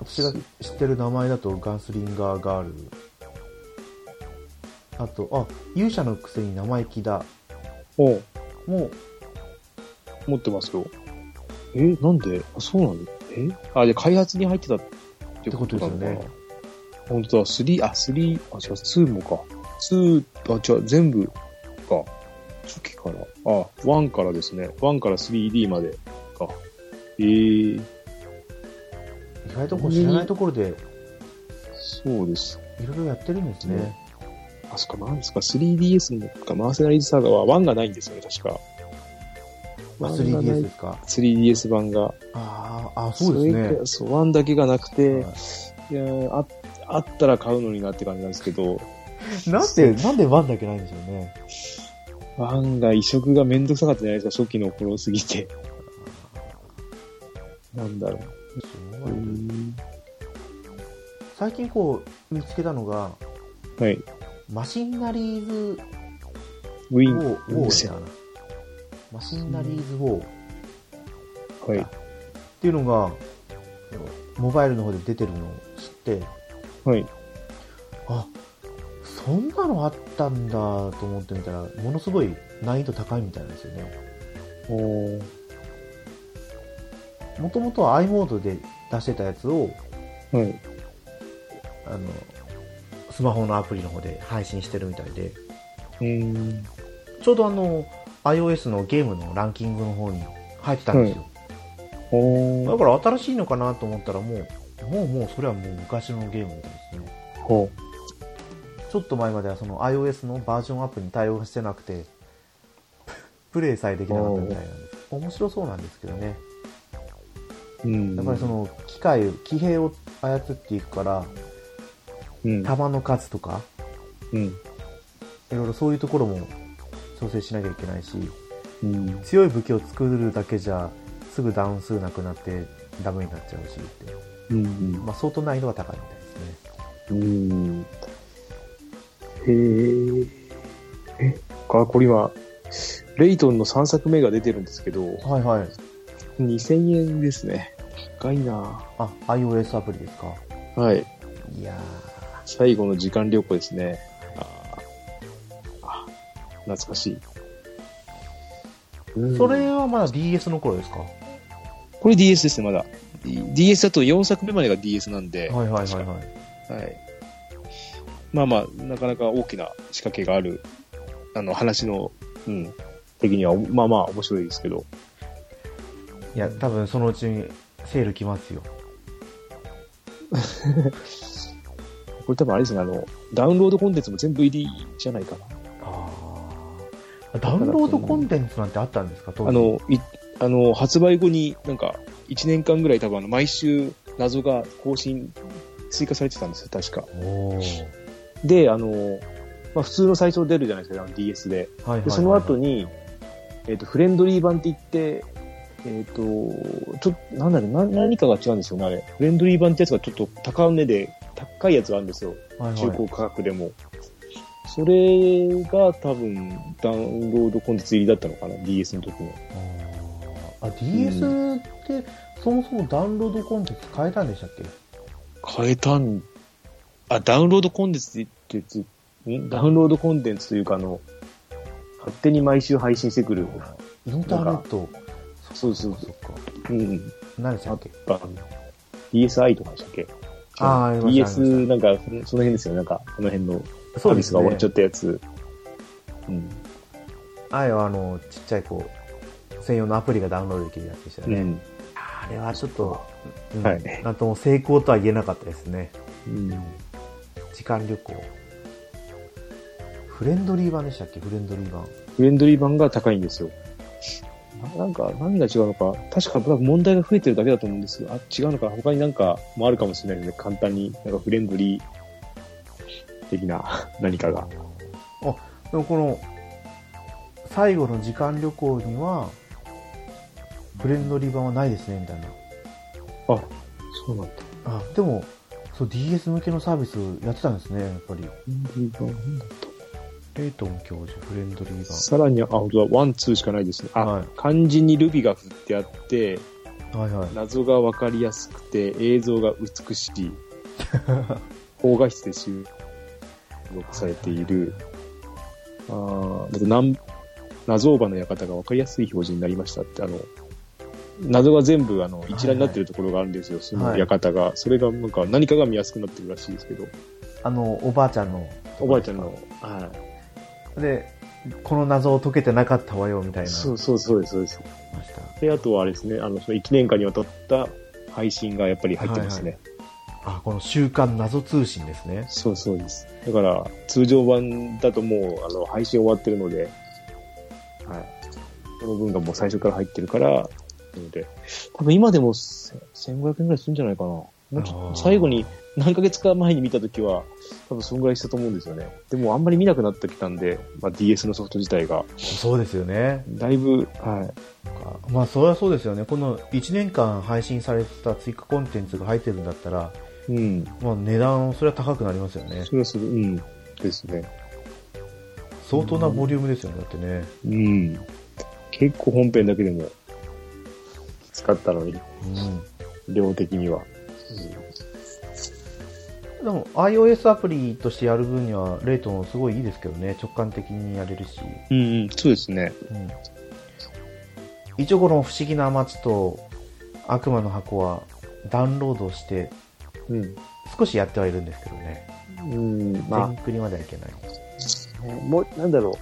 [SPEAKER 1] 私が知ってる名前だとガンスリンガーガールあとあ勇者のくせに生意気だ
[SPEAKER 2] おう
[SPEAKER 1] もう
[SPEAKER 2] 持ってますよ。え、なんであ、そうなんだ。えあ、で開発に入ってたってことなのかな。
[SPEAKER 1] ってことですよね
[SPEAKER 2] 本当だ、3、あ、3、あ、違う、2もか。2、あ、違う、全部か。初期から。あ、1からですね。1から 3D までか。ええ
[SPEAKER 1] 意外とこう知らないところで
[SPEAKER 2] そうです。
[SPEAKER 1] いろいろやってるんですね。
[SPEAKER 2] あ、そっか、なんですか、3DS のか、マーセナリーズサーガは1がないんですよね、確か。
[SPEAKER 1] まあ
[SPEAKER 2] 1がない
[SPEAKER 1] 3DS ですか。
[SPEAKER 2] 3DS 版が。
[SPEAKER 1] ああ、あそうです
[SPEAKER 2] れ
[SPEAKER 1] ね
[SPEAKER 2] か。そう、1だけがなくて、、
[SPEAKER 1] はい
[SPEAKER 2] やーあ、あったら買うのになって感じなんですけど、
[SPEAKER 1] いなんで、なんでワンだけないんでしょうね。
[SPEAKER 2] 1が移植がめんどくさかったじゃないですか、初期の頃す ぎて。なんだろ
[SPEAKER 1] す
[SPEAKER 2] う。
[SPEAKER 1] ごい最近こう、見つけたのが、
[SPEAKER 2] はい。
[SPEAKER 1] マシンナリーズ
[SPEAKER 2] ウィ
[SPEAKER 1] ウ
[SPEAKER 2] ン
[SPEAKER 1] ォー、ウォ
[SPEAKER 2] ウィン
[SPEAKER 1] ーだな。マシンナリーズウォーっ
[SPEAKER 2] はい。
[SPEAKER 1] ていうのが、モバイルの方で出てるのを知って、
[SPEAKER 2] はい。
[SPEAKER 1] あそんなのあったんだと思ってみたらものすごい難易度高いみたいなんですよね
[SPEAKER 2] おー
[SPEAKER 1] もともとは i モードで出してたやつを
[SPEAKER 2] はい。
[SPEAKER 1] あのスマホのアプリの方で配信してるみたいで
[SPEAKER 2] うーん。
[SPEAKER 1] ちょうどあの iOS のゲームのランキングの方に入ってたんですよ、
[SPEAKER 2] お
[SPEAKER 1] だ
[SPEAKER 2] ー
[SPEAKER 1] から新しいのかなと思ったらもうもうもうそれはもう昔のゲームみたいですね
[SPEAKER 2] ほ
[SPEAKER 1] ちょっと前まではその iOS のバージョンアップに対応してなくてプレイさえできなかったみたいなんです面白そうなんですけどね
[SPEAKER 2] う。うん。
[SPEAKER 1] やっぱりそ、の機械機兵を操っていくから
[SPEAKER 2] うん。
[SPEAKER 1] 弾の数とか
[SPEAKER 2] うん。
[SPEAKER 1] いろいろそういうところも調整しなきゃいけないし
[SPEAKER 2] うん。
[SPEAKER 1] 強い武器を作るだけじゃすぐダウン数なくなってダメになっちゃうしって、
[SPEAKER 2] うん。
[SPEAKER 1] まあ、相当難易度が高いみたいですね
[SPEAKER 2] うん。へえ。え、あ、これ今、レイトンの3作目が出てるんですけど、
[SPEAKER 1] はいはい
[SPEAKER 2] 2000円ですね。高いな
[SPEAKER 1] あ iOS アプリですか
[SPEAKER 2] はい。
[SPEAKER 1] いや
[SPEAKER 2] 最後の時間旅行ですね。あーあ、懐かしい。う
[SPEAKER 1] ー
[SPEAKER 2] ん
[SPEAKER 1] それはまだ DS の頃ですか、
[SPEAKER 2] これ DS ですね、まだ。DS だと4作目までが DS なんで、
[SPEAKER 1] はいはいはいはい
[SPEAKER 2] はい。まあまあ、なかなか大きな仕掛けがある、あの、話の、うん、的には、まあまあ面白いですけど。
[SPEAKER 1] いや多分そのうちにセール来ますよ
[SPEAKER 2] これ多分あれですね、あの、ダウンロードコンテンツも全部入りじゃないかな。
[SPEAKER 1] ああダウンロードコンテンツなんてあったんですか当時
[SPEAKER 2] あの、い、あの、発売後になんか、1年間ぐらい多分あの、毎週謎が更新、追加されてたんですよ、確か。
[SPEAKER 1] おー
[SPEAKER 2] で、あの、まあ普通の最初出るじゃないですか、あの DS で。
[SPEAKER 1] はいはいはいはい
[SPEAKER 2] で、その後に、えっ、と、フレンドリー版って言って、えっ、と、ちょっと、なんだろうな、何かが違うんですよね、あれ。フレンドリー版ってやつがちょっと高値で、高いやつがあるんですよ。
[SPEAKER 1] はいはい
[SPEAKER 2] 中古価格でも。それが多分、ダウンロードコンテンツ入りだったのかな、DS の時の。
[SPEAKER 1] あーあ DS って、そもそもダウンロードコンテンツ変えたんでしたっけ
[SPEAKER 2] 変えたん、あ、ダウンロードコンテンツってつ、んダウンロードコンテンツというか、あの、勝手に毎週配信してくる。
[SPEAKER 1] インターネット
[SPEAKER 2] そうそう
[SPEAKER 1] そっか
[SPEAKER 2] うん。
[SPEAKER 1] 何でしたっけ
[SPEAKER 2] あの DSi とかでしたっけ
[SPEAKER 1] あーありました
[SPEAKER 2] DS なんか、そのその辺ですよ。なんか、この辺のサ
[SPEAKER 1] そう
[SPEAKER 2] ー
[SPEAKER 1] で
[SPEAKER 2] ビ
[SPEAKER 1] す
[SPEAKER 2] ス
[SPEAKER 1] ね
[SPEAKER 2] が終わっちゃったやつ。うん。
[SPEAKER 1] あれはあのちっちゃいこう専用のアプリがダウンロードできるやつでしたよ
[SPEAKER 2] う
[SPEAKER 1] ね、
[SPEAKER 2] ん。
[SPEAKER 1] あれはちょっと、うん
[SPEAKER 2] はい
[SPEAKER 1] なんとも成功とは言えなかったですね
[SPEAKER 2] うん。
[SPEAKER 1] 時間旅行フレンドリー版でしたっけフレンドリー版
[SPEAKER 2] フレンドリー版が高いんですよ。ななんか、何が違うのか、確か多分問題が増えてるだけだと思うんですが、あ、違うのか、他になんかもあるかもしれないですね。簡単に、なんかフレンドリー的な何かが。
[SPEAKER 1] あでもこの最後の時間旅行にはフレンドリー版はないですねみたいな
[SPEAKER 2] あ、そうなんだ。
[SPEAKER 1] あでもそう DS 向けのサービスやってたんですねやっぱり
[SPEAKER 2] フレンドリー版なんだ
[SPEAKER 1] レイトン教授フレンドリー
[SPEAKER 2] さらに、あ、本当だ、ワン、ツーしかないですね。あ、
[SPEAKER 1] はい
[SPEAKER 2] 漢字にルビが振ってあって、
[SPEAKER 1] 版はいはい
[SPEAKER 2] 謎がわかりやすくて、映像が美し い。高画質で収録されている。あーだとなん謎オーバーの館がわかりやすい表示になりましたって、あの、謎が全部あの一覧になってるところがあるんですよ、その館が。それがなんか何かが見やすくなってるらしいですけど、
[SPEAKER 1] あのおばあちゃんの
[SPEAKER 2] おばあちゃんの、は
[SPEAKER 1] でこの謎を解けてなかったわよみたい
[SPEAKER 2] い。
[SPEAKER 1] な
[SPEAKER 2] そうそうそうです、そうです。
[SPEAKER 1] ました
[SPEAKER 2] で、あとはあれですね、あの、その1年間にわたった配信がやっぱり入ってますね。
[SPEAKER 1] あ、この週刊謎通信ですね。
[SPEAKER 2] そうそうです。だから、通常版だともう、あの、配信終わってるので、はい。この分がもう最初から入ってるから、なので、多分今でもせ1500円ぐらいするんじゃないかな。もうちょ
[SPEAKER 1] あー
[SPEAKER 2] 最後に、何ヶ月か前に見たときは、多分そんぐらいしたと思うんですよね。でもあんまり見なくなってきたんで、まあ、DS のソフト自体が、
[SPEAKER 1] そうですよね。
[SPEAKER 2] だいぶ、は
[SPEAKER 1] まあ、それはそうですよね。この1年間配信されてた追加コンテンツが入ってるんだったら、
[SPEAKER 2] い。うん。
[SPEAKER 1] まあ、値段、それは高くなりますよね。
[SPEAKER 2] それはすごい、うん。ですね。
[SPEAKER 1] 相当なボリュームですよね、だってね。
[SPEAKER 2] うん。結構本編だけでも、使ったのに、
[SPEAKER 1] う
[SPEAKER 2] 量的には。
[SPEAKER 1] ん。でも、iOS アプリとしてやる分には、レートもすごいいいですけどね。直感的にやれるし。
[SPEAKER 2] うん、うん、そうですね。
[SPEAKER 1] うん。一応この不思議な街と悪魔の箱はダウンロードして
[SPEAKER 2] うん。
[SPEAKER 1] 少しやってはいるんですけどね。
[SPEAKER 2] うん、
[SPEAKER 1] 全クリまではいけない。
[SPEAKER 2] あ、もう、なんだろ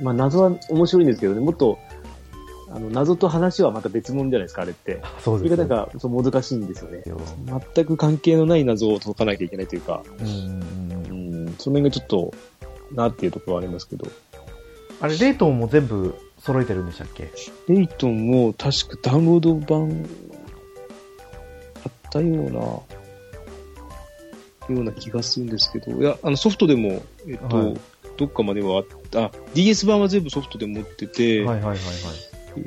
[SPEAKER 2] う。まあ、謎は面白いんですけどね、もっと、あの、謎と話はまた別物じゃないですか、あれって。
[SPEAKER 1] あそう
[SPEAKER 2] そ
[SPEAKER 1] で
[SPEAKER 2] れが
[SPEAKER 1] す
[SPEAKER 2] なんか、そう、難しいんですよね。
[SPEAKER 1] よ。
[SPEAKER 2] 全く関係のない謎を解かなきゃいけないというか、
[SPEAKER 1] うんうんうん
[SPEAKER 2] うん、その辺がちょっと、なっていうところはありますけど。
[SPEAKER 1] あれ、レートンも全部揃えてるんでしたっけ
[SPEAKER 2] レイトンも確かダウンロード版あったような、ような気がするんですけど、いや、あのソフトでも、えっと、
[SPEAKER 1] はい
[SPEAKER 2] どっかまではあった、あ DS 版は全部ソフトで持ってて、
[SPEAKER 1] はいはいはいはい。
[SPEAKER 2] え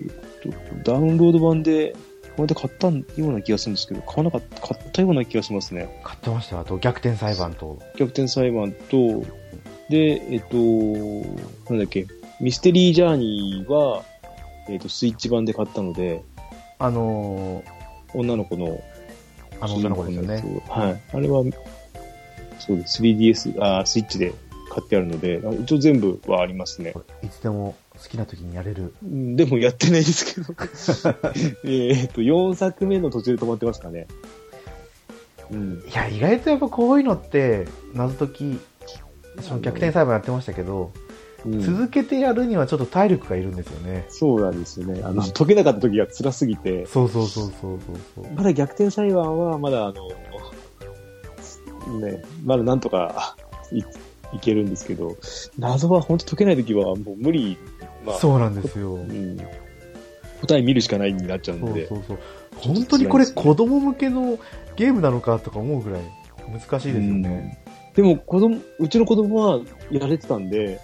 [SPEAKER 2] っとダウンロード版で、これで買ったような気がするんですけど、買わなかった、買ったような気がしますね。
[SPEAKER 1] 買ってました。あと、逆転裁判と。
[SPEAKER 2] 逆転裁判と、で、えっと、なんだっけ、ミステリージャーニーは、えっと、スイッチ版で買ったので、
[SPEAKER 1] あの
[SPEAKER 2] 女の子の
[SPEAKER 1] ー、あの女の子ですよね。。
[SPEAKER 2] はい。あれは、そうです。3DS、あースイッチで買ってあるので、あ一応全部はありますね。
[SPEAKER 1] いつでも好きな時にやれる。
[SPEAKER 2] うんでもやってないです けど。えっと、4作目の途中で止まってますかね。うん。
[SPEAKER 1] いや、意外とやっぱこういうのって、謎解き、その逆転裁判やってましたけど、
[SPEAKER 2] うん
[SPEAKER 1] 続けてやるにはちょっと体力がいるんですよね。
[SPEAKER 2] そうなんですよね。あの、解けなかった時が辛すぎて、
[SPEAKER 1] そうそうそうそうそうそう。
[SPEAKER 2] まだ逆転裁判は、まだあの、ね、まだなんとかいいけるんですけど、謎は本当解けない時はもう無理、まあ、
[SPEAKER 1] そうなんですよ。
[SPEAKER 2] うん答え見るしかないになっちゃう
[SPEAKER 1] そ
[SPEAKER 2] の
[SPEAKER 1] う
[SPEAKER 2] で。
[SPEAKER 1] そうそう。本当にこれ子供向けのゲームなのかとか思うぐらい難しいですよね。
[SPEAKER 2] でも、子供、うちの子供はやれてたんで、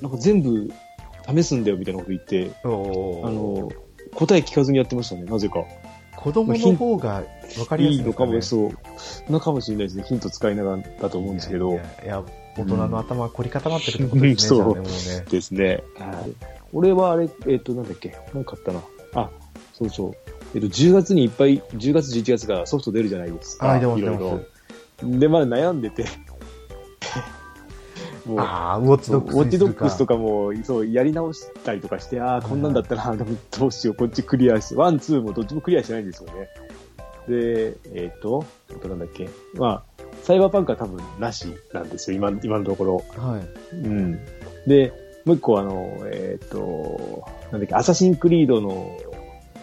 [SPEAKER 2] なんか全部試すんだよみたいなこと言って、
[SPEAKER 1] そう
[SPEAKER 2] あの、答え聞かずにやってましたね、なぜか。
[SPEAKER 1] 子供の方が分かりやす
[SPEAKER 2] い
[SPEAKER 1] い
[SPEAKER 2] いのかも、そう。のかもしれないですね。ヒント使いながらだと思うんですけ
[SPEAKER 1] いや。
[SPEAKER 2] ど
[SPEAKER 1] いやいや大人の頭は凝り固まってるってことですね。
[SPEAKER 2] う
[SPEAKER 1] じゃ
[SPEAKER 2] ん
[SPEAKER 1] あねもうね
[SPEAKER 2] ですね。はい俺はあれ、えっ、と、なんだっけ、なんかあったな。あ、そうそう。えっ、と、10月にいっぱい、10月、11月がソフト出るじゃないですか。
[SPEAKER 1] あ出ます
[SPEAKER 2] いろいろ
[SPEAKER 1] 出ます
[SPEAKER 2] で、まだ悩んで て。もう、
[SPEAKER 1] ああ、ウォッチ
[SPEAKER 2] そ
[SPEAKER 1] ド
[SPEAKER 2] う
[SPEAKER 1] ッ
[SPEAKER 2] ウ
[SPEAKER 1] クス
[SPEAKER 2] ォッチドックスと
[SPEAKER 1] か。
[SPEAKER 2] かも、そう、やり直したりとかして、ああ、
[SPEAKER 1] い
[SPEAKER 2] こんなんだったら、でもどうしよう、こっちクリアして、ワン、ツーもどっちもクリアしてないんですよね。で、えっ、と、あとなんだっけ。まあ、サイバーパンクは多分なしなんですよ、今、今のところ。
[SPEAKER 1] はい。
[SPEAKER 2] うん。で、もう一個あの、えっ、と、なんだっけ、アサシンクリードの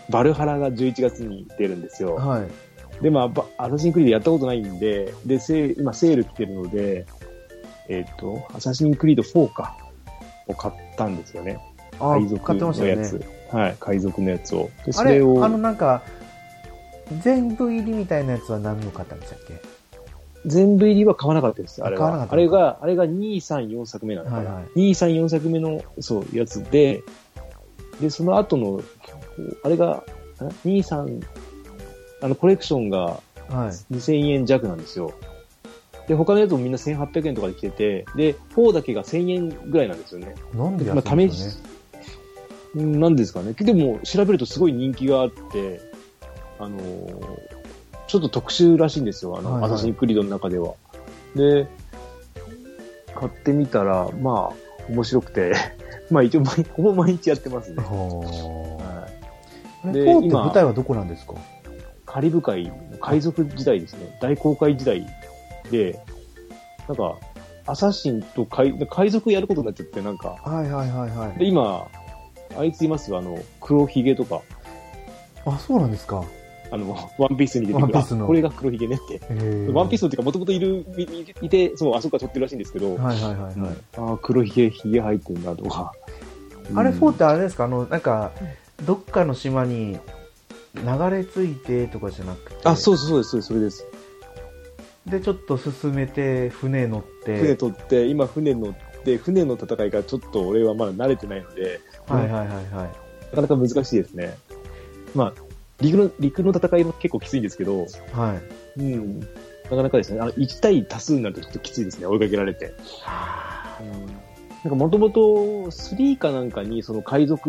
[SPEAKER 2] バルハラが11月に出るんですよ。
[SPEAKER 1] はい。
[SPEAKER 2] で、まあば、アサシンクリードやったことないんで、で、セール今セール来てるので、えっ、と、アサシンクリード4か、を買ったんですよね。
[SPEAKER 1] あ
[SPEAKER 2] 海
[SPEAKER 1] あ、
[SPEAKER 2] 賊
[SPEAKER 1] 買ってました
[SPEAKER 2] の
[SPEAKER 1] よ
[SPEAKER 2] や
[SPEAKER 1] ね
[SPEAKER 2] つ。。はい、海賊のやつを。で、
[SPEAKER 1] あ
[SPEAKER 2] そ
[SPEAKER 1] れ、あ
[SPEAKER 2] れを、
[SPEAKER 1] のなんか、全部入りみたいなやつは何を買ったんでしたっけ
[SPEAKER 2] 全部入りは買わなかったです、あれ
[SPEAKER 1] 買わなかっ
[SPEAKER 2] は。
[SPEAKER 1] た
[SPEAKER 2] あれが、あれが2、3、4作目なのかな。
[SPEAKER 1] はいはい
[SPEAKER 2] 2、3、4作目の、そう、やつで、で、その後の、あれが、あ2、3、あの、コレクションが
[SPEAKER 1] はい。
[SPEAKER 2] 2000円弱なんですよ。で、他のやつもみんな1800円とかで来てて、で、4だけが1000円ぐらいなんですよね。
[SPEAKER 1] なんでや
[SPEAKER 2] ま
[SPEAKER 1] った
[SPEAKER 2] あ、
[SPEAKER 1] ん
[SPEAKER 2] 試
[SPEAKER 1] ですかね
[SPEAKER 2] し、うんなんですかね。でも、調べるとすごい人気があって、あのーちょっと特殊らしいんですよ、あの、
[SPEAKER 1] はいはい
[SPEAKER 2] アサシンクリードの中では。で、買ってみたら、まあ、面白くて、 まあ一応毎、ほぼ毎日やってますね。
[SPEAKER 1] はあ
[SPEAKER 2] はい
[SPEAKER 1] あれ
[SPEAKER 2] で
[SPEAKER 1] フォーって
[SPEAKER 2] 今
[SPEAKER 1] 舞台はどこなんですか
[SPEAKER 2] カリブ海、海賊時代ですね。大航海時代で、なんか、アサシンと海海賊やることになっちゃって、なんか、
[SPEAKER 1] はいはいはいは
[SPEAKER 2] で、
[SPEAKER 1] い。
[SPEAKER 2] 今、あいついますよ、あの、黒ひげとか。
[SPEAKER 1] あ、そうなんですか。
[SPEAKER 2] あの、ワンピースに出
[SPEAKER 1] ワ
[SPEAKER 2] てく
[SPEAKER 1] ンピ
[SPEAKER 2] る。
[SPEAKER 1] ー
[SPEAKER 2] あ
[SPEAKER 1] スの
[SPEAKER 2] これが黒ひげねって。ワンピー
[SPEAKER 1] ス
[SPEAKER 2] スのっていうか、もともといる、いいて、その、あそこから撮ってるらしいんですけど、
[SPEAKER 1] はいはいはい、はい
[SPEAKER 2] ああ、黒ひげ、ひげ生えてるなとか。
[SPEAKER 1] あれ
[SPEAKER 2] うん
[SPEAKER 1] 4ってあれですかあのなんかどっかの島に流れ着いてとかじゃなくて
[SPEAKER 2] あ、そうそうそうです、それです。
[SPEAKER 1] でちょっと進めて船乗って
[SPEAKER 2] 船取って、今船乗って、船の戦いがちょっと俺はまだ慣れてないので、
[SPEAKER 1] はいはいはいはい
[SPEAKER 2] なかなか難しいですね。まあ、陸の、陸の戦いも結構きついんですけど、
[SPEAKER 1] はい
[SPEAKER 2] うん。なかなかですね、あの、1対多数になるとちょっときついですね、追いかけられて。
[SPEAKER 1] は
[SPEAKER 2] なんかもともと3かなんかにその海賊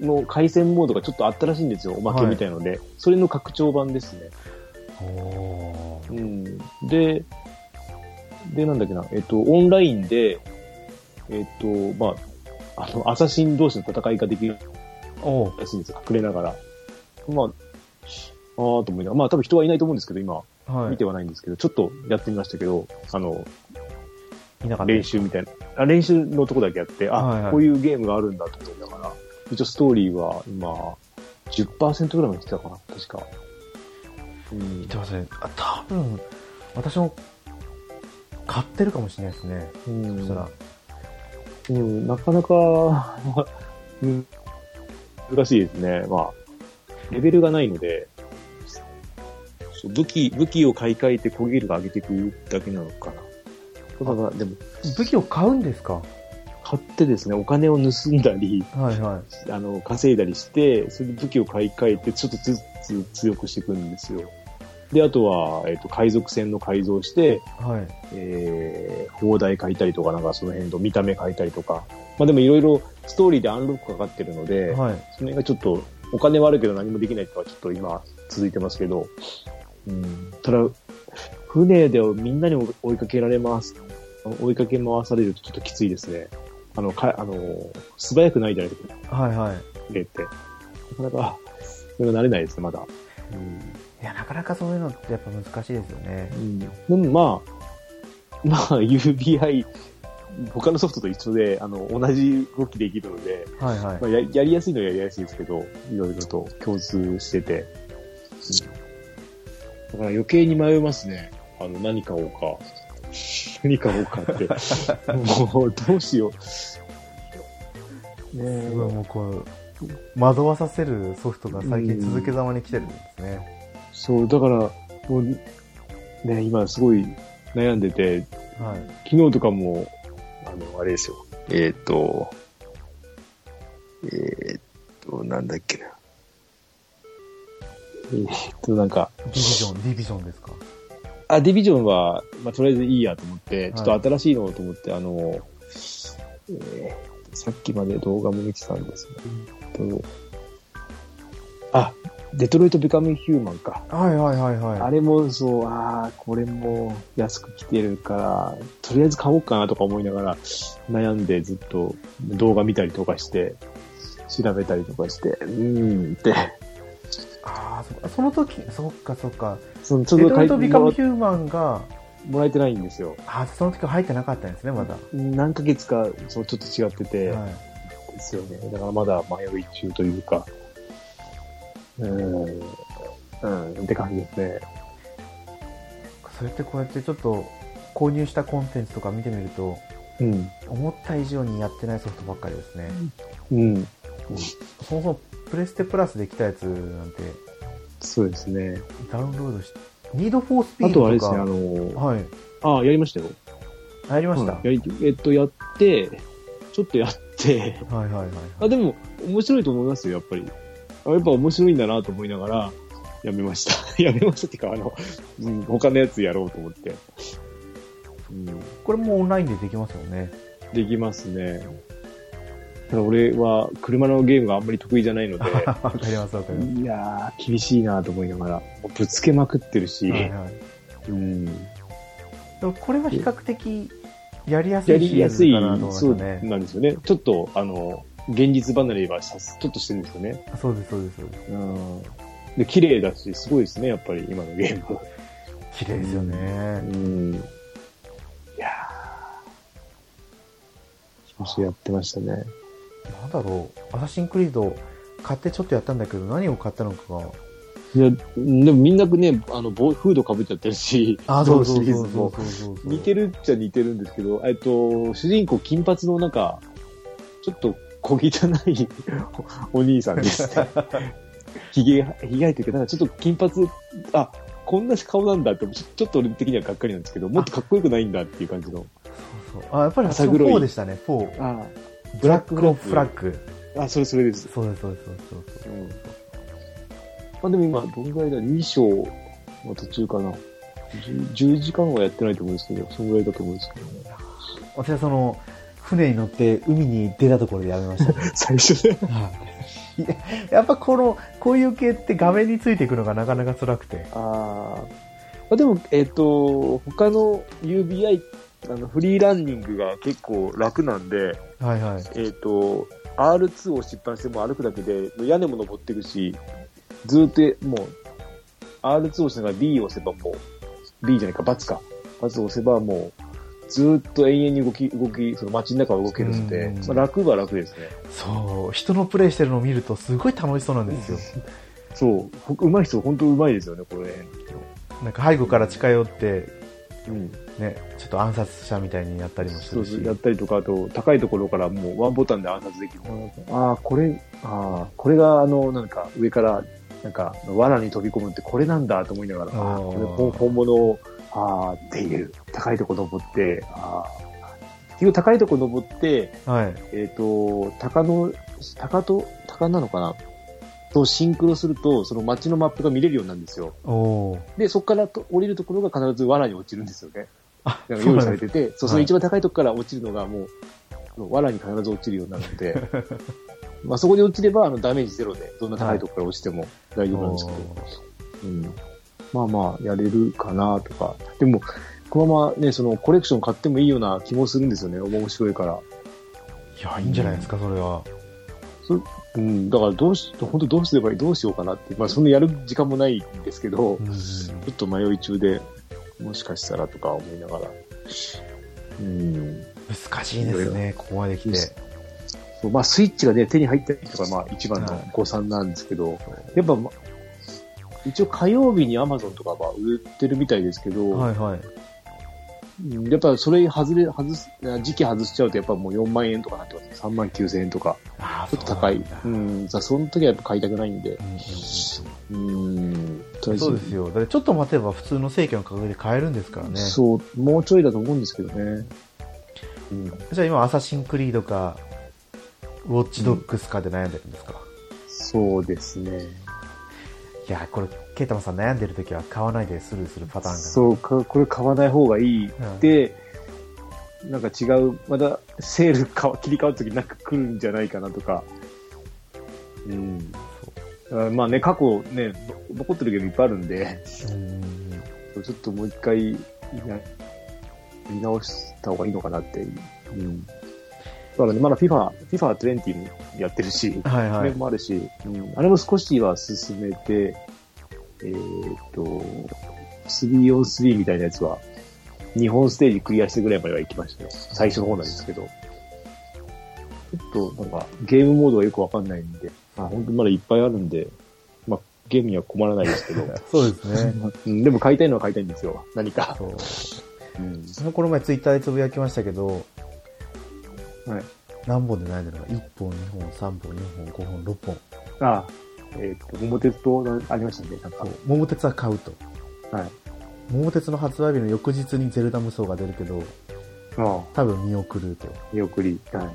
[SPEAKER 2] の海戦モードがちょっとあったらしいんですよ、おまけみたいので。それの拡張版ですね。
[SPEAKER 1] あおー
[SPEAKER 2] うん。で、で、なんだっけな、えっと、オンラインで、えっと、まあ、あの、アサシン同士の戦いができる
[SPEAKER 1] おう
[SPEAKER 2] らしいんですよ、隠れながら。まあ、ああと思いながら、まあ多分人はいないと思うんですけど、今、
[SPEAKER 1] はい
[SPEAKER 2] 見てはないんですけど、ちょっとやってみましたけど、あの、
[SPEAKER 1] いなかった
[SPEAKER 2] 練習みたいな、あ練習のとこだけやって、あ、
[SPEAKER 1] はいはい
[SPEAKER 2] こういうゲームがあるんだと思いながら、一応ストーリーは今、10%ぐらいまで来てたかな、確か。うん
[SPEAKER 1] 見てませんあ多分私も買ってるかもしれないですね、
[SPEAKER 2] うん
[SPEAKER 1] そしたら
[SPEAKER 2] うん、なかなか、 うん難しいですね。まあ、レベルがないので、そう武器、武器を買い替えて攻撃力を上げていくだけなのかな。ただ、でも、
[SPEAKER 1] 武器を買うんですか
[SPEAKER 2] 買ってですね、お金を盗んだり、
[SPEAKER 1] はいはい
[SPEAKER 2] あの、稼いだりして、それで武器を買い替えて、ちょっとずつ強くしていくんですよ。で、あとは、えっ、と、海賊船の改造して、
[SPEAKER 1] はい
[SPEAKER 2] えー、砲台書いたりとか、なんかその辺と見た目書いたりとか。まあでもいろいろストーリーでアンロックかかってるので、
[SPEAKER 1] はい
[SPEAKER 2] その辺がちょっと、お金はあるけど何もできないってのはちょっと今続いてますけど、うん、ただ、船でみんなに追いかけられます。追いかけ回されるとちょっときついですね。あの、か、あの、素早くないじゃないですか、
[SPEAKER 1] はいはい
[SPEAKER 2] 船って。なかなか、それが慣れないですね、まだ。うん
[SPEAKER 1] いやなかなかそういうのってやっぱ難しいですよね
[SPEAKER 2] うん、でもまあ、まあ UBI、他のソフトと一緒で、あの、同じ動きできるので、
[SPEAKER 1] はいはい
[SPEAKER 2] まあ、ややりやすいのはやりやすいですけど、いろいろと共通してて。だから余計に迷いますね。あの、何買おうか。 何買おうかって。もう、どうしよう。ね
[SPEAKER 1] すごいもうこう惑わさせるソフトが最近続けざまに来てるんですね、
[SPEAKER 2] そう、だから、もう、ね、今すごい悩んでて、
[SPEAKER 1] はい
[SPEAKER 2] 昨日とかも、あの、あれですよ。えーっ、と、えーっ、と、なんだっけな。えーっと、なんか、
[SPEAKER 1] ディビジョンディビジョンですか
[SPEAKER 2] あ、ディビジョンは、まあ、とりあえずいいやと思って、
[SPEAKER 1] い
[SPEAKER 2] ちょっと新しいのをと思って、あの、えーさっきまで動画も見てたんですけど、あ、デトロイト・ビカム・ヒューマンか。
[SPEAKER 1] はいはいはいはい
[SPEAKER 2] あれもそう、ああ、これも安く来てるから、とりあえず買おうかなとか思いながら悩んでずっと動画見たりとかして、調べたりとかして、うーんって、
[SPEAKER 1] あーそっかその時そっかそっか
[SPEAKER 2] そのちょ
[SPEAKER 1] デ
[SPEAKER 2] っ
[SPEAKER 1] トロ
[SPEAKER 2] と買
[SPEAKER 1] イ
[SPEAKER 2] い
[SPEAKER 1] トビカム
[SPEAKER 2] も
[SPEAKER 1] ヒューマンが
[SPEAKER 2] もらえてないんですよ。
[SPEAKER 1] あーその時は入ってなかったんですねまだ、
[SPEAKER 2] 何ヶ月かそうちょっと違ってて、
[SPEAKER 1] はい
[SPEAKER 2] ですよね。だからまだ迷い中というか、うーん、うん、って感じですね。
[SPEAKER 1] そうやってこうやってちょっと購入したコンテンツとか見てみると
[SPEAKER 2] うん、
[SPEAKER 1] 思った以上にやってないソフトばっかりですね、
[SPEAKER 2] うん、
[SPEAKER 1] そもそもプレステプラスで来たやつなんて
[SPEAKER 2] そうですね。
[SPEAKER 1] ダウンロードしニードフォースピ
[SPEAKER 2] あ
[SPEAKER 1] ー
[SPEAKER 2] とはあ
[SPEAKER 1] ド
[SPEAKER 2] れ
[SPEAKER 1] と
[SPEAKER 2] ですね、あ
[SPEAKER 1] か
[SPEAKER 2] の、
[SPEAKER 1] はい
[SPEAKER 2] ああ、やりましたよ。
[SPEAKER 1] 入りました、
[SPEAKER 2] うんやりえっと、やって、ちょっとやって、
[SPEAKER 1] はいはいはい
[SPEAKER 2] あ、でも、面白いと思いますよ、やっぱり。あやっぱ面白いんだなと思いながら、やめました。 やめましたっていうか、あの、うん、他のやつやろうと思って。うん、
[SPEAKER 1] これもオンラインでできますよね
[SPEAKER 2] できますね。ただ俺は車のゲームがあんまり得意じゃないので、
[SPEAKER 1] わかりますわかりま
[SPEAKER 2] いやー、厳しいなと思いながら、もうぶつけまくってる
[SPEAKER 1] す、
[SPEAKER 2] し、
[SPEAKER 1] はいはい、
[SPEAKER 2] うん。
[SPEAKER 1] でもこれは比較的やりやす
[SPEAKER 2] や
[SPEAKER 1] いシ
[SPEAKER 2] り
[SPEAKER 1] リー
[SPEAKER 2] やす
[SPEAKER 1] ズ
[SPEAKER 2] い
[SPEAKER 1] かなと思い、まし
[SPEAKER 2] そう
[SPEAKER 1] た
[SPEAKER 2] な
[SPEAKER 1] ね
[SPEAKER 2] んですよね。ちょっと、あの、現実離れはさすちょっとしてるんですよね。
[SPEAKER 1] そうですそうですそうです
[SPEAKER 2] うんで、綺麗だし、すごいですね、やっぱり今のゲームは。
[SPEAKER 1] 綺麗ですよね、
[SPEAKER 2] うん。いやー。少しやってましたね。
[SPEAKER 1] なんだろう、アサシンクリード買ってちょっとやったんだけど、何を買ったのかが
[SPEAKER 2] いや、でもみんなね、あの、ボフードかぶっちゃってるし、
[SPEAKER 1] あ、
[SPEAKER 2] ど
[SPEAKER 1] そ
[SPEAKER 2] の
[SPEAKER 1] うそ
[SPEAKER 2] シ
[SPEAKER 1] う
[SPEAKER 2] リー
[SPEAKER 1] そ
[SPEAKER 2] ズ
[SPEAKER 1] うそう
[SPEAKER 2] も。
[SPEAKER 1] そうそうそう。
[SPEAKER 2] 似てるっちゃ似てるんですけど、えっと、主人公金髪のなんか、ちょっと小汚い お兄さんです ね。ひげが、ひげ生えてて、なんかちょっと金髪、あ、こんな顔なんだって、ちょちょっと俺的にはがっかりなんですけど、もっとかっこよくないんだっていう感じの。
[SPEAKER 1] そうそうあ、やっぱり
[SPEAKER 2] 朝
[SPEAKER 1] 朝
[SPEAKER 2] 黒い
[SPEAKER 1] 黒でしたね、4。
[SPEAKER 2] あ
[SPEAKER 1] ブラックのフラッグ。
[SPEAKER 2] あ、それそれです。
[SPEAKER 1] そうです、そうです、そうですそうです。
[SPEAKER 2] うん。まあでも今、どんぐらいだ ?2 章の途中かな。10, 10時間はやってないと思うんですけど、そんぐらいだと思うんですけどね。
[SPEAKER 1] 私はその、船に乗って海に出たところでやめましたね。
[SPEAKER 2] 最初ね。
[SPEAKER 1] いややっぱこの、こういう系って画面についていくのがなかなか辛くて。
[SPEAKER 2] ああ。でも、えっ、と、他の UBI、あの、フリーランニングが結構楽なんで、
[SPEAKER 1] はいはい。
[SPEAKER 2] えっ、と、R2 を失敗しても歩くだけで、屋根も登ってるし、ずーっと、もう、R2 をしながら B を押せばもう、B じゃないか、×か。×を押せばもう、ずーっと永遠に動き、動き、その街の中を動けるので
[SPEAKER 1] うん、
[SPEAKER 2] まあ、楽は楽ですね。
[SPEAKER 1] そう、人のプレイしてるのを見るとすごい楽しそうなんですよ。
[SPEAKER 2] そう、ほ上手い人、本当上手いですよね、これ。
[SPEAKER 1] なんか背後から近寄って、
[SPEAKER 2] うん。
[SPEAKER 1] ね、ちょっと暗殺者みたいにやったりもす
[SPEAKER 2] そう
[SPEAKER 1] る
[SPEAKER 2] そ
[SPEAKER 1] し
[SPEAKER 2] う、。やったりとか、あと、高いところからもうワンボタンで暗殺できる。ああ、これ、ああ、これが、あの、なんか、上から、なんか、罠に飛び込むってこれなんだと思いながら、あ
[SPEAKER 1] あー
[SPEAKER 2] ーこれ本本物を、ああ、っていう、高いとこ登って、ああ、結局高いとこ登って、
[SPEAKER 1] はい。
[SPEAKER 2] えっ、と、鷹の、鷹と、鷹なのかなとシンクロすると、その街のマップが見れるようになるんですよ。
[SPEAKER 1] おお。
[SPEAKER 2] で、そこからと降りるところが必ず罠に落ちるんですよね。
[SPEAKER 1] あ、
[SPEAKER 2] なんか
[SPEAKER 1] そう
[SPEAKER 2] 用意
[SPEAKER 1] な
[SPEAKER 2] さ
[SPEAKER 1] ん
[SPEAKER 2] れ
[SPEAKER 1] です
[SPEAKER 2] てて、そう
[SPEAKER 1] は
[SPEAKER 2] その
[SPEAKER 1] い
[SPEAKER 2] 一番高いとこから落ちるのがもう、あの藁に必ず落ちるようになるので、 まあそこで落ちればあのダメージゼロで、どんな高いとこから落ちても大丈夫なんですけど、うん、まあまあやれるかなとか、でも、このままね、そのコレクション買ってもいいような気もするんですよね、面白いから。
[SPEAKER 1] いや、いいんじゃないですか、それは。
[SPEAKER 2] うん、だからどうし、本当どうすればいい、どうしようかなって、まあそんなやる時間もないんですけど、
[SPEAKER 1] うん
[SPEAKER 2] ちょっと迷い中で、もしかしたらとか思いながら、うん、
[SPEAKER 1] 難しいですね、ここまで来て。
[SPEAKER 2] そうまあ、スイッチがね、手に入ったりとか、まあ、一番の
[SPEAKER 1] はい
[SPEAKER 2] 誤算なんですけど、やっぱ、まあ、一応火曜日に Amazon とかは売ってるみたいですけど、
[SPEAKER 1] はいはい。
[SPEAKER 2] うんやっぱそれ外れ、外す、時期外しちゃうと、やっぱもう4万円とかなってます。3万9千円とか、
[SPEAKER 1] あー
[SPEAKER 2] ちょっと高い。
[SPEAKER 1] そうなんだ
[SPEAKER 2] う
[SPEAKER 1] うん
[SPEAKER 2] ん、さその時はやっぱ買いたくないんで、
[SPEAKER 1] うんうん
[SPEAKER 2] うん、とりあえず
[SPEAKER 1] そうですよ。だってちょっと待てば普通の正規の価格で買えるんですからね。
[SPEAKER 2] そう、もうちょいだと思うんですけどね。うん、
[SPEAKER 1] じゃあ今、アサシンクリードか、ウォッチドッグスかで悩んでるんですか、
[SPEAKER 2] そうですね。
[SPEAKER 1] いや、これ、ケイタマさん悩んでるときは買わないでスルーするパターンが。
[SPEAKER 2] そうか、これ買わない方がいい。
[SPEAKER 1] うん
[SPEAKER 2] で、なんか違う、まだセールか切り替わるときなんか来るんじゃないかなとか。うん。あまあね、過去ね、の残ってるゲームいっぱいあるんで、
[SPEAKER 1] そう。うん
[SPEAKER 2] ちょっともう一回、や見直した方がいいのかなっていう。うん。だからね、まだ FIFA、FIFA20 もやってるし、
[SPEAKER 1] はい
[SPEAKER 2] そ
[SPEAKER 1] は
[SPEAKER 2] れ
[SPEAKER 1] い。
[SPEAKER 2] もあるし、うん、あれも少しは進めて、えーっと、3on3 みたいなやつは、日本ステージクリアしてぐらいまでは行きましたよ。最初の方なんですけど。ちょっと、なんか、ゲームモードがよくわかんないんで、まあ、本当にまだいっぱいあるんで、まあ、ゲームには困らないです けど、
[SPEAKER 1] そうですね。
[SPEAKER 2] うん、でも買いたいのは買いたいんですよ。何か。
[SPEAKER 1] そう。
[SPEAKER 2] うん、
[SPEAKER 1] そのこの前ツイッターでつぶやきましたけど、
[SPEAKER 2] はい。
[SPEAKER 1] 何本で悩んでるのか ?1 本、2本、3本、4本、5本、6本。
[SPEAKER 2] あ、えーっと、桃鉄とありましたね、なんか
[SPEAKER 1] そう。桃鉄は買うと。
[SPEAKER 2] はい。
[SPEAKER 1] 桃鉄の発売日の翌日にゼルダ無双が出るけど、
[SPEAKER 2] あ
[SPEAKER 1] 多分見送ると。
[SPEAKER 2] あ、見送り。はい。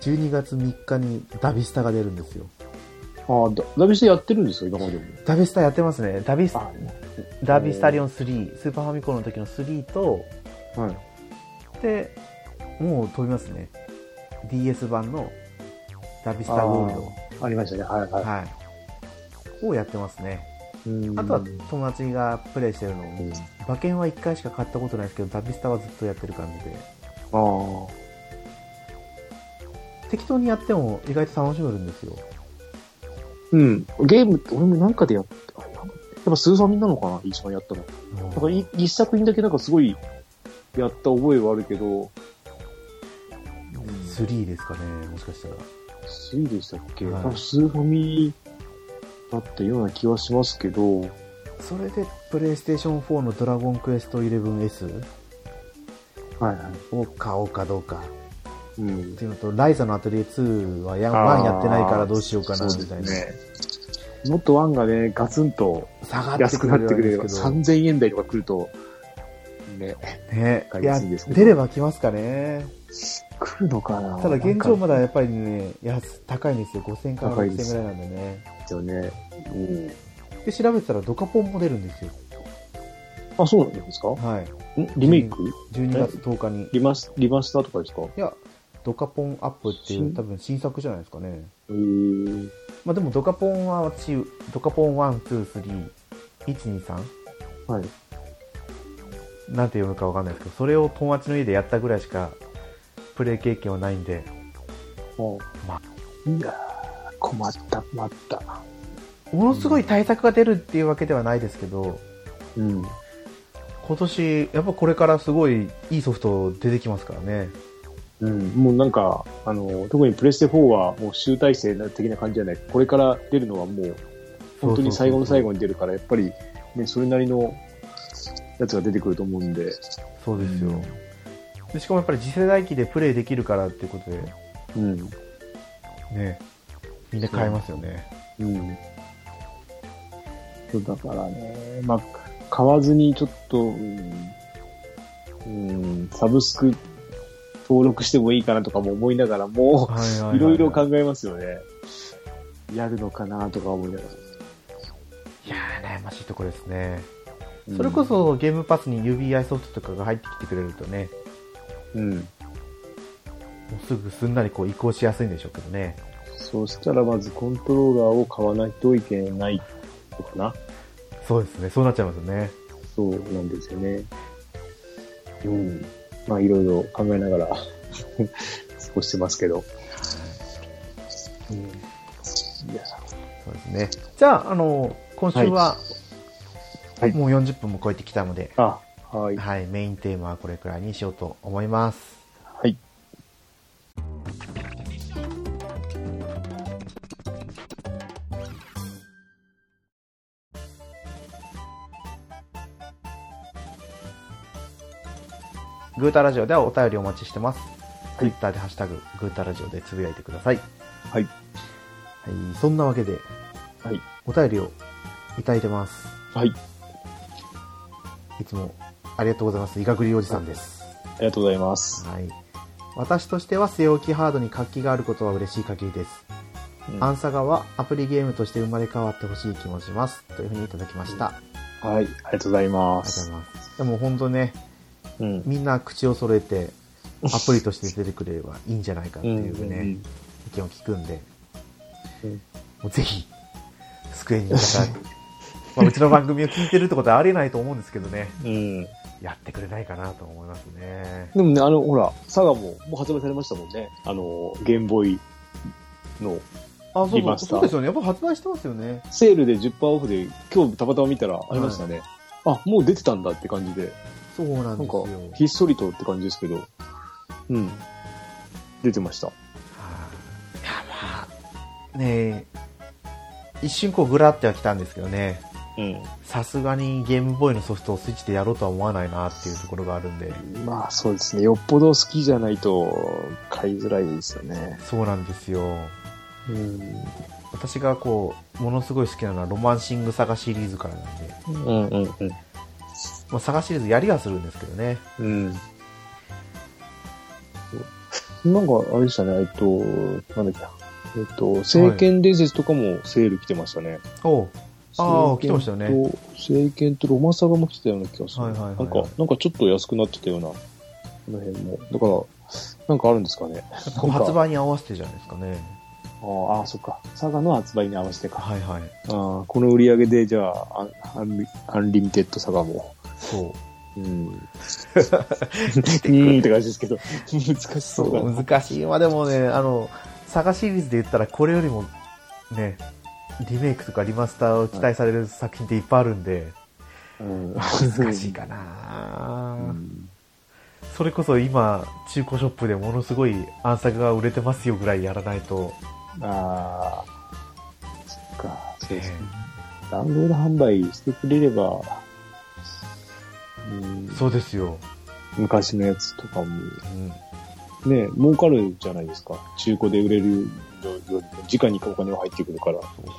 [SPEAKER 1] 12月3日にダビスタが出るんですよ。
[SPEAKER 2] ああ、だダビしてやってるんですよ、今までも。
[SPEAKER 1] ダビスタやってますね。ダビス
[SPEAKER 2] あ
[SPEAKER 1] ダービースタリオン3、スーパーファミコンの時の3と、
[SPEAKER 2] はい。
[SPEAKER 1] で、もう飛びますね。DS 版のダービースターゴール
[SPEAKER 2] あーありましたね、はい
[SPEAKER 1] ド。
[SPEAKER 2] は
[SPEAKER 1] はい。をやってますね。
[SPEAKER 2] い。うん
[SPEAKER 1] あとは友達がプレイしてるの
[SPEAKER 2] う
[SPEAKER 1] を、
[SPEAKER 2] んあ
[SPEAKER 1] 馬券は1回しか買ったことないですけど、ダービースターはずっとやってる感じで。
[SPEAKER 2] あ。
[SPEAKER 1] 適当にやっても意外と楽しめるんですよ。
[SPEAKER 2] うん。ゲーム、俺もなんかでやった。あれなんかやっぱスーファミなのかな一番やったの。
[SPEAKER 1] うん
[SPEAKER 2] なんかい一作品だけなんかすごいやった覚えはあるけど、
[SPEAKER 1] 3ですかね、もしかしたら。
[SPEAKER 2] 3でしたっけ、
[SPEAKER 1] はい
[SPEAKER 2] 多分スーファミだったような気はしますけど、
[SPEAKER 1] それでプレイステーション4のドラゴンクエスト 11S
[SPEAKER 2] はいは
[SPEAKER 1] を買おうかどうか
[SPEAKER 2] い。うん
[SPEAKER 1] っ。ていうのとライザのアトリエ2はや1やってないからどうしようかなみたいな、
[SPEAKER 2] そうですねもっとワンがね、ガツンと
[SPEAKER 1] 下がって
[SPEAKER 2] 安
[SPEAKER 1] く
[SPEAKER 2] くな
[SPEAKER 1] れる
[SPEAKER 2] ってくれれ
[SPEAKER 1] ん
[SPEAKER 2] ば、
[SPEAKER 1] ですけど
[SPEAKER 2] 3000円台とか来ると、ね、
[SPEAKER 1] ね
[SPEAKER 2] 買
[SPEAKER 1] い
[SPEAKER 2] いや
[SPEAKER 1] や
[SPEAKER 2] すいですけど
[SPEAKER 1] 出れば来ますかね
[SPEAKER 2] 来るのかな
[SPEAKER 1] ただ現状まだ
[SPEAKER 2] なん
[SPEAKER 1] やっぱりね安高いんですよ5000から
[SPEAKER 2] 高いで
[SPEAKER 1] 6000
[SPEAKER 2] す
[SPEAKER 1] ぐらいなんでね
[SPEAKER 2] ですよね。うん。
[SPEAKER 1] で調べてたらドカポンも出るんですよ
[SPEAKER 2] あ、そうなんですか
[SPEAKER 1] はい
[SPEAKER 2] リメイク
[SPEAKER 1] 12月10日に
[SPEAKER 2] リマス、リマスターとかですか
[SPEAKER 1] いやドカポンアップっていう
[SPEAKER 2] 新
[SPEAKER 1] 多分新作じゃないですかね
[SPEAKER 2] えー、
[SPEAKER 1] まあでもドカポンは私ドカポン123123
[SPEAKER 2] はい。
[SPEAKER 1] なんて読むかわかんないですけど、それを友達の家でやったぐらいしかプレイ経験はないんで、
[SPEAKER 2] もう、
[SPEAKER 1] ま
[SPEAKER 2] いやー困った、困った。
[SPEAKER 1] ものすごい対策が出るっていうわけではないですけど、
[SPEAKER 2] うん。
[SPEAKER 1] 今年、やっぱこれからすごいいいソフト出てきますからね。
[SPEAKER 2] うん、もうなんか、あの、特にプレステ4はもう集大成的な感じじゃない。これから出るのはもう、本当に最後の最後
[SPEAKER 1] に。
[SPEAKER 2] に出るから、やっぱり、ね、それなりのやつが出てくると思うんで。
[SPEAKER 1] そうですよ。でしかもやっぱり次世代機でプレイできるからっていうことで、
[SPEAKER 2] うん。
[SPEAKER 1] ね、みんな買えますよね。
[SPEAKER 2] うん。そうだからね、まあ、買わずにちょっと、うん、うん、サブスク登録してもいいかなとかも思いながら、も
[SPEAKER 1] はいはは
[SPEAKER 2] う、いろいろ考えますよね。やるのかなとか思いながら。
[SPEAKER 1] いやー、悩ましいところですね。
[SPEAKER 2] うん
[SPEAKER 1] それこ、そゲームパスに UBI ソフトとかが入ってきてくれるとね、
[SPEAKER 2] うん。
[SPEAKER 1] もうすぐすんなりこう移行しやすいんでしょうけどね。
[SPEAKER 2] そしたらまずコントローラーを買わないといけないのかな。
[SPEAKER 1] そうですね、そうなっちゃいますよね。
[SPEAKER 2] そうなんですよね。うん。まあいろいろ考えながら 過ごしてますけど。うん。いや、
[SPEAKER 1] そうですね。じゃあ、あの、今週は、
[SPEAKER 2] はい
[SPEAKER 1] もう40分も超えてきたので、
[SPEAKER 2] あ、はい。
[SPEAKER 1] はい、メインテーマはこれくらいにしようと思います。
[SPEAKER 2] はい。
[SPEAKER 1] グータラジオではお便りお待ちしてます。ツイッターでハッシュタグ、グータラジオでつぶやいてください。
[SPEAKER 2] はい。
[SPEAKER 1] はい、そんなわけで、
[SPEAKER 2] はい。
[SPEAKER 1] お便りをいただいてます。
[SPEAKER 2] はい。
[SPEAKER 1] いつもありがとうございます。いがぐりおじさんです。
[SPEAKER 2] ありがとうございます。
[SPEAKER 1] はい。私としては据え置きハードに活気があることは嬉しい限りです。
[SPEAKER 2] うん
[SPEAKER 1] アンサガはアプリゲームとして生まれ変わってほしい気もします。というふうにいただきました。あり
[SPEAKER 2] はい。ありがとうござい
[SPEAKER 1] が
[SPEAKER 2] ま
[SPEAKER 1] とうござ
[SPEAKER 2] す。
[SPEAKER 1] います。でも本当ね、
[SPEAKER 2] うん。
[SPEAKER 1] みんな口を揃えて、アプリとして出てくれればいいんじゃないかっていうね、
[SPEAKER 2] うん
[SPEAKER 1] 意見を聞くんで、
[SPEAKER 2] うん
[SPEAKER 1] もうぜひ、机にいただい まあ、うちの番組を聞いてるってことはありえないと思うんですけどね、
[SPEAKER 2] うん。で
[SPEAKER 1] やってくれないかなと思いますね。
[SPEAKER 2] もね、あの、ほら、佐賀も、もう発売されましたもんね。あの、ゲームボーイの
[SPEAKER 1] あ、そう
[SPEAKER 2] リ
[SPEAKER 1] そう
[SPEAKER 2] マスタ
[SPEAKER 1] そ
[SPEAKER 2] ー
[SPEAKER 1] うですよね。やっぱ発売してますよね。
[SPEAKER 2] セールで10%オフで、今日たまたま見たらありましたね。あ、もう出てたんだって感じで、
[SPEAKER 1] そうなん
[SPEAKER 2] な
[SPEAKER 1] で
[SPEAKER 2] ん
[SPEAKER 1] す
[SPEAKER 2] か
[SPEAKER 1] よ。、
[SPEAKER 2] ひっそりとって感じですけど、うん。出てました。
[SPEAKER 1] いやまあねえ一瞬こうグラっては来たんですけどね
[SPEAKER 2] うん。
[SPEAKER 1] さすがにゲームボーイのソフトをスイッチでやろうとは思わないなっていうところがあるんで
[SPEAKER 2] まあそうですね。よっぽど好きじゃないと、買いづらいですよね。
[SPEAKER 1] そうなんですよ
[SPEAKER 2] うん。
[SPEAKER 1] 私がこうものすごい好きなのは「ロマンシングサガ」シリーズからなんで、
[SPEAKER 2] うんうんうん。
[SPEAKER 1] まあ、サガシリーズやりはするんですけどね
[SPEAKER 2] うん。なんか、あれでしたね、えっと、なんだっけ、えっと、聖剣伝説とかもセール来てましたね。
[SPEAKER 1] おうああ
[SPEAKER 2] 聖剣と
[SPEAKER 1] 来てましたよね。
[SPEAKER 2] 聖剣とロマサガも来てたような気がする。
[SPEAKER 1] はいはいはい
[SPEAKER 2] なんか、なんかちょっと安くなってたような、この辺も。だから、なんかあるんですかね。
[SPEAKER 1] こう 発売に合わせてじゃないですかね
[SPEAKER 2] ああああ、そっか。サガの発売に合わせてか。
[SPEAKER 1] はいはい
[SPEAKER 2] ああ、この売り上げで、じゃあ、アンアンリアンリミテッドサガも。
[SPEAKER 1] そう
[SPEAKER 2] うん。うーんって感じですけど、難し
[SPEAKER 1] そ
[SPEAKER 2] そうだ
[SPEAKER 1] う
[SPEAKER 2] な。
[SPEAKER 1] 難しいまあでもねあのサガシリーズで言ったらこれよりもねリメイクとかリマスターを期待される作品っていっぱいあるんで、
[SPEAKER 2] うん
[SPEAKER 1] 難しいかな、それこそ今中古ショップでものすごい暗作が売れてますよぐらいやらないと
[SPEAKER 2] ああ、そっか。
[SPEAKER 3] そうですね。
[SPEAKER 2] ダウンロード販売してくれれば、うん、
[SPEAKER 1] そうですよ、
[SPEAKER 2] 昔のやつとかも、
[SPEAKER 1] うん、
[SPEAKER 2] ね、儲かるじゃないですか。中古で売れるよりも、直にお金は入ってくるか
[SPEAKER 1] そ
[SPEAKER 2] ら。
[SPEAKER 1] うそう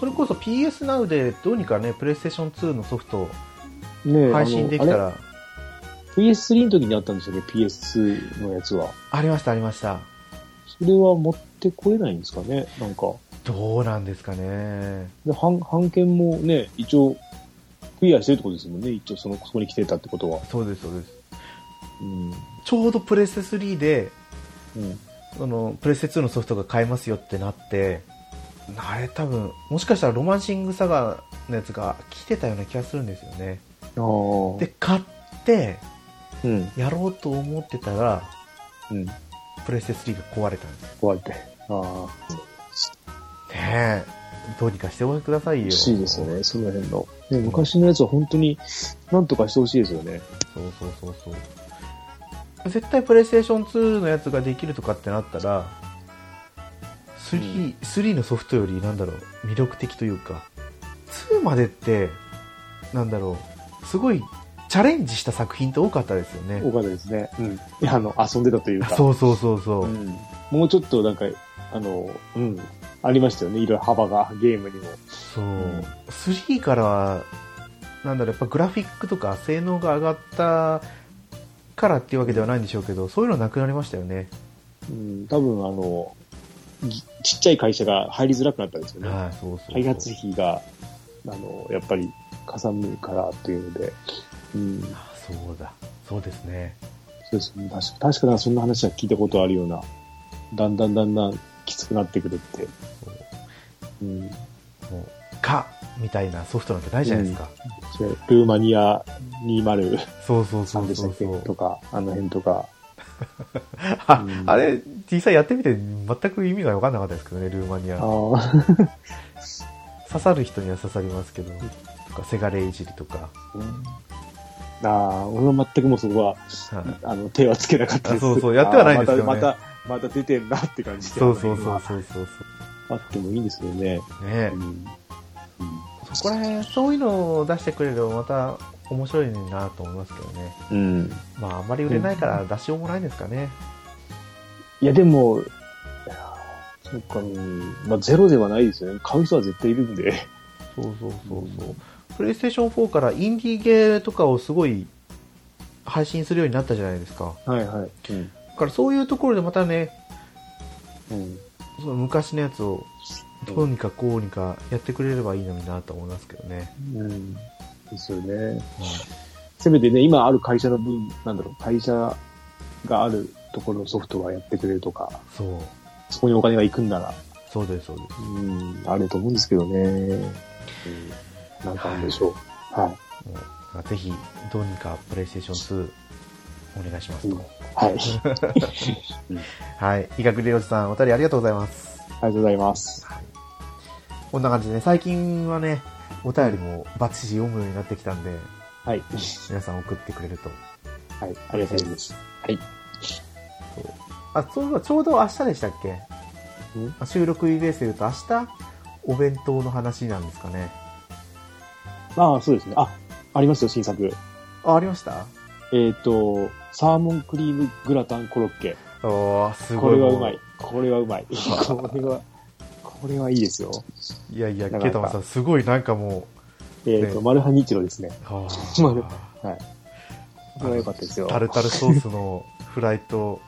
[SPEAKER 1] それこそ PS Now でどうにかねプレイステーション2のソフト
[SPEAKER 2] ね
[SPEAKER 1] 配信できた
[SPEAKER 2] あのあ
[SPEAKER 1] らあ
[SPEAKER 2] れ PS3 の時にあったんですよね、PS2 のやつは。
[SPEAKER 1] りましたありました
[SPEAKER 2] それは持ってこれないんですかね、なんか。
[SPEAKER 1] どうなんですかね
[SPEAKER 2] で、版版権もね、一応、クリアしてるってことですもんね、一応その、そこに来てたってことは。
[SPEAKER 1] そうですそうです
[SPEAKER 2] うん。
[SPEAKER 1] ちょうどプレステ3で
[SPEAKER 2] うん。
[SPEAKER 1] そのプレステ2のソフトが買えますよってなってあれ多分もしかしたらロマンシングサガのやつが来てたような気がするんですよね
[SPEAKER 2] ああ。
[SPEAKER 1] で買って
[SPEAKER 2] うん。
[SPEAKER 1] やろうと思ってたら
[SPEAKER 2] うん。
[SPEAKER 1] プレステ3が壊れたんです
[SPEAKER 2] 壊れて。ああ。
[SPEAKER 1] ねえどうにかしておくださいよ
[SPEAKER 2] 欲しいですよね、その辺の。ね、昔のやつは本当に、なんとかしてほしいですよね。
[SPEAKER 1] そうそうそうそう絶対プレイステーション2のやつができるとかってなったら 3,、3のソフトよりなんだろう魅力的というか2までってなんだろうすごいチャレンジした作品って多かったですよね
[SPEAKER 2] 多かったですね。うん。いや、あの、遊んでたというか。
[SPEAKER 1] そうそうそうそう、
[SPEAKER 2] うん。もうちょっとなんか、あの、うん。ありましたよね、いろいろ幅が、ゲームにも。
[SPEAKER 1] そう
[SPEAKER 2] うん
[SPEAKER 1] 3からはなんだろうやっぱグラフィックとか性能が上がったからっていうわけではないんでしょうけどそういうのなくなりましたよね、
[SPEAKER 2] うん。多分、あの、ぎちっちゃい会社が入りづらくなったんですよね。
[SPEAKER 1] はいそうそうそう
[SPEAKER 2] 開発費が、あの、やっぱり、かさむからというので、うん、そう
[SPEAKER 1] あそうだそうですね
[SPEAKER 2] ですね。確か、確かなそんな話は聞いたことあるような、だんだんだんだんきつくなってくるって。うん、
[SPEAKER 1] もう「か」みたいなソフトなんてないじゃないですか、
[SPEAKER 2] それルーマニア203
[SPEAKER 1] そうそうそう
[SPEAKER 2] でし
[SPEAKER 1] そ
[SPEAKER 2] た
[SPEAKER 1] う
[SPEAKER 2] っけ
[SPEAKER 1] そう
[SPEAKER 2] とか、あの辺とか。
[SPEAKER 1] あ
[SPEAKER 2] うん
[SPEAKER 1] あれ実際やってみて全く意味が分かんなかったですけどねルーマニ
[SPEAKER 2] あ
[SPEAKER 1] ア
[SPEAKER 2] あ、
[SPEAKER 1] 刺さる人には刺さりますけど、とかせがれいじりとか、
[SPEAKER 2] ああ、俺は全くもうそこは、
[SPEAKER 1] はい
[SPEAKER 2] あの、手はつけなかったです。
[SPEAKER 1] あそうそうやってはないんですよね
[SPEAKER 2] ああまた、また、また出てんなって感じで。
[SPEAKER 1] そうそうそうそうそうそ
[SPEAKER 2] あってもいいんですよね。
[SPEAKER 1] うねえ
[SPEAKER 2] うん。うん
[SPEAKER 1] そこら辺そういうのを出してくれればまた面白いなと思いますけどね
[SPEAKER 2] うん。
[SPEAKER 1] まああんまり売れないから出しようもないんですかね、
[SPEAKER 2] いや、でも、いやそうか、うんまあ、ゼロではないですよね。買う人は絶対いるんで。
[SPEAKER 1] そうそうそうそう、
[SPEAKER 2] うん
[SPEAKER 1] プレイステーション4からインディーゲーとかをすごい配信するようになったじゃないですか
[SPEAKER 2] はいはい。うん。
[SPEAKER 1] だからそういうところでまたね
[SPEAKER 2] うん。
[SPEAKER 1] その昔のやつをどうにかこうにかやってくれればいいのになと思いますけどね、
[SPEAKER 2] うん。ですよね。
[SPEAKER 1] はい
[SPEAKER 2] せめてね、今ある会社の分、なんだろう、会社があるところのソフトはやってくれるとか、
[SPEAKER 1] そう
[SPEAKER 2] そこにお金が行くんなら、
[SPEAKER 1] そうですそうです
[SPEAKER 2] うん、あると思うんですけどね。うん、なんかあるんでしょう。は
[SPEAKER 1] も
[SPEAKER 2] い。
[SPEAKER 1] うだからぜひどうにかプレイステーション2お願いしますと、
[SPEAKER 2] うん はい。ありが
[SPEAKER 1] はい医学療治さんお便りありがとうございます
[SPEAKER 2] とうございます。
[SPEAKER 1] こんな感じでね最近はねお便りもバッチリ読むようになってきたんで
[SPEAKER 2] はい。
[SPEAKER 1] 皆さん送ってくれると
[SPEAKER 2] はい。ありがとうございます。はい。
[SPEAKER 1] あそういえばちょうど明日でしたっけ
[SPEAKER 2] ん
[SPEAKER 1] あ収録ベースで言うと明日お弁当の話なんですかね
[SPEAKER 2] ああ、そうですね。あ、ありますよ、新作。
[SPEAKER 1] あありました
[SPEAKER 2] えっ、と、サーモンクリームグラタンコロッケ。
[SPEAKER 1] おーす
[SPEAKER 2] こ
[SPEAKER 1] ごい
[SPEAKER 2] れはう
[SPEAKER 1] も
[SPEAKER 2] まい。これはうまい。これは、これはいいですよ。
[SPEAKER 1] いやいや
[SPEAKER 2] なかなか
[SPEAKER 1] ケイタマンさんすごいなんかも
[SPEAKER 2] えっ、と、マルハニチロですね。
[SPEAKER 1] うは
[SPEAKER 2] つまりはい。これは良かったですよ。
[SPEAKER 1] タルタルソースのフライと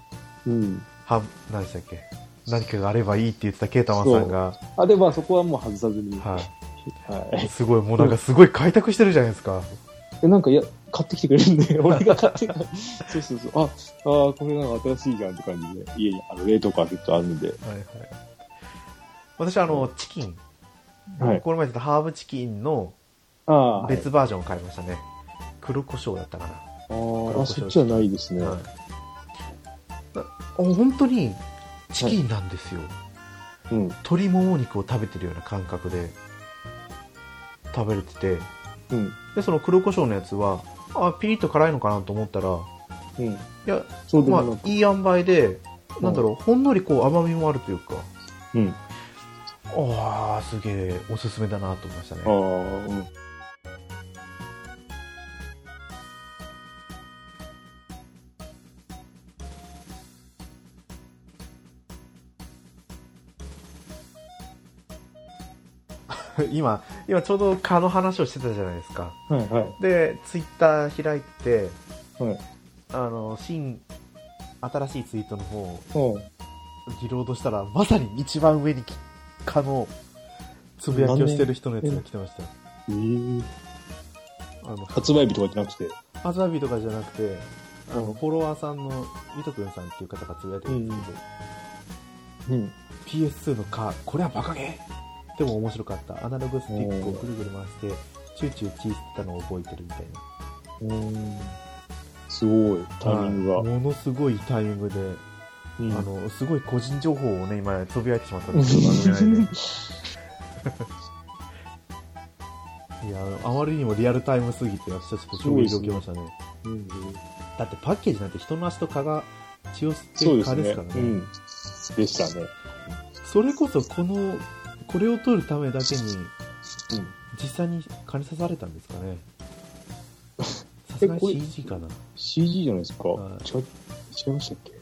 [SPEAKER 2] うん。
[SPEAKER 1] ハム何でしたっけ何かがあればいいって言ってたケイタマンさんが、
[SPEAKER 2] あ、でもそこはもう外さずに。
[SPEAKER 1] は
[SPEAKER 2] はい
[SPEAKER 1] い、すごいもうなんかすごい開拓してるじゃないですか
[SPEAKER 2] え、なんか、いや、買ってきてくれるんで、 俺が買ってきた。そうそうそう。あ、あーこれなんか新しいじゃんって感じで。家に、あの、冷凍庫開けてあるんで。
[SPEAKER 1] はいはい私あのチキン、
[SPEAKER 2] はい。
[SPEAKER 1] この前言ったハーブチキンの
[SPEAKER 2] ああ、はい、
[SPEAKER 1] 別バージョンを買いましたね、黒胡椒だったかな
[SPEAKER 2] あーあ、そっちはないですね。
[SPEAKER 1] はい、な本当にチキンなんですよ、
[SPEAKER 2] うん。
[SPEAKER 1] 鶏もも肉を食べてるような感覚で食べれてて
[SPEAKER 2] うん。
[SPEAKER 1] でその黒胡椒のやつはあピリッと辛いのかなと思ったらい
[SPEAKER 2] うん。
[SPEAKER 1] や、
[SPEAKER 2] ちょうど
[SPEAKER 1] ま
[SPEAKER 2] なん
[SPEAKER 1] あ、
[SPEAKER 2] か、
[SPEAKER 1] いい塩梅でなんだろうほんのりこう甘みもあるというか
[SPEAKER 2] うん。
[SPEAKER 1] ああすげえおすすめだなと思いましたね
[SPEAKER 2] ああ、うん。
[SPEAKER 1] 今今ちょうど蚊の話をしてたじゃないですか
[SPEAKER 2] はいはい。
[SPEAKER 1] でツイッター開いて、
[SPEAKER 2] はい
[SPEAKER 1] あの新新しいツイートの方を
[SPEAKER 2] うん。
[SPEAKER 1] リロードしたらまさに一番上に蚊のつぶやきをしてる人のやつが来てました
[SPEAKER 2] えー、
[SPEAKER 1] あの
[SPEAKER 2] 発売日とかじゃなくて。
[SPEAKER 1] アザビとかじゃなくてあ
[SPEAKER 2] う
[SPEAKER 1] の
[SPEAKER 2] ん
[SPEAKER 1] フォロワーさんのミトくんさんっていう方がつぶやいてるんですけど、
[SPEAKER 2] うん。
[SPEAKER 1] PS2 の蚊これはバカゲーでも面白かったアナログスティックをぐるぐる回してチューチューチーしたのを覚えてるみたいな
[SPEAKER 2] すごい、タイミングが。
[SPEAKER 1] はいものすごいタイミングで、
[SPEAKER 2] うん
[SPEAKER 1] あのすごい個人情報をね今つぶやいてしまったんですけど番組内 でいやあまりにもリアルタイムすぎて私たちょっと衝撃を受けましたね
[SPEAKER 2] うん
[SPEAKER 1] だってパッケージなんて人の足と蚊が血を吸って
[SPEAKER 2] そう
[SPEAKER 1] る
[SPEAKER 2] です
[SPEAKER 1] 蚊ですか
[SPEAKER 2] ね。
[SPEAKER 1] らね
[SPEAKER 2] うん。でしたね。
[SPEAKER 1] それこそこのこれを取るためだけに、
[SPEAKER 2] うん
[SPEAKER 1] 実際に蚊に刺されたんですかねさすがに
[SPEAKER 2] これ
[SPEAKER 1] CG かな
[SPEAKER 2] CG じゃないですか。
[SPEAKER 1] はい
[SPEAKER 2] 違う違いましたっけ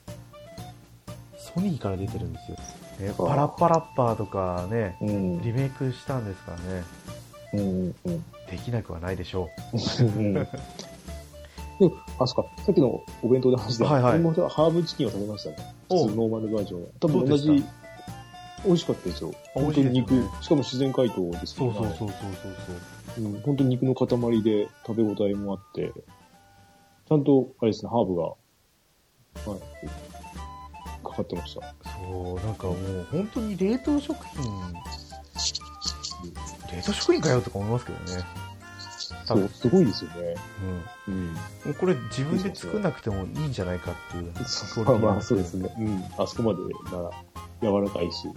[SPEAKER 1] ソニーから出てるんですよ、ね、パラッパラッパーとかね
[SPEAKER 2] うん。
[SPEAKER 1] リメイクしたんですからね
[SPEAKER 2] うん。 うん。
[SPEAKER 1] できなくはないでしょ
[SPEAKER 2] うんでもあ、そっか。さっきのお弁当で話した。
[SPEAKER 1] はいはい
[SPEAKER 2] 俺もハーブチキンを食べましたね。
[SPEAKER 1] お
[SPEAKER 2] 普通ノーマルバージョン。多分
[SPEAKER 1] ど
[SPEAKER 2] 同
[SPEAKER 1] うでし
[SPEAKER 2] じ。美味しかったです
[SPEAKER 1] あ
[SPEAKER 2] よ。
[SPEAKER 1] 美
[SPEAKER 2] 本
[SPEAKER 1] 味
[SPEAKER 2] 当
[SPEAKER 1] しいで
[SPEAKER 2] に
[SPEAKER 1] す
[SPEAKER 2] 肉、
[SPEAKER 1] よね
[SPEAKER 2] しかも自然解凍です
[SPEAKER 1] そうそうそ
[SPEAKER 2] う
[SPEAKER 1] うそうそうそう
[SPEAKER 2] うん。本当に肉の塊で食べ応えもあって、ちゃんと、あれですね、ハーブが、はい、かかってました。
[SPEAKER 1] そうなんかもう本当に冷凍食品冷凍食品かよとか思いますけどね、
[SPEAKER 2] そう、すごいですよね。
[SPEAKER 1] うん、
[SPEAKER 2] うん。
[SPEAKER 1] もうこれ自分で作んなくてもいいんじゃないかっていう
[SPEAKER 2] そうまあまあ、そうですね。うん。あそこまでなら、柔らかいし。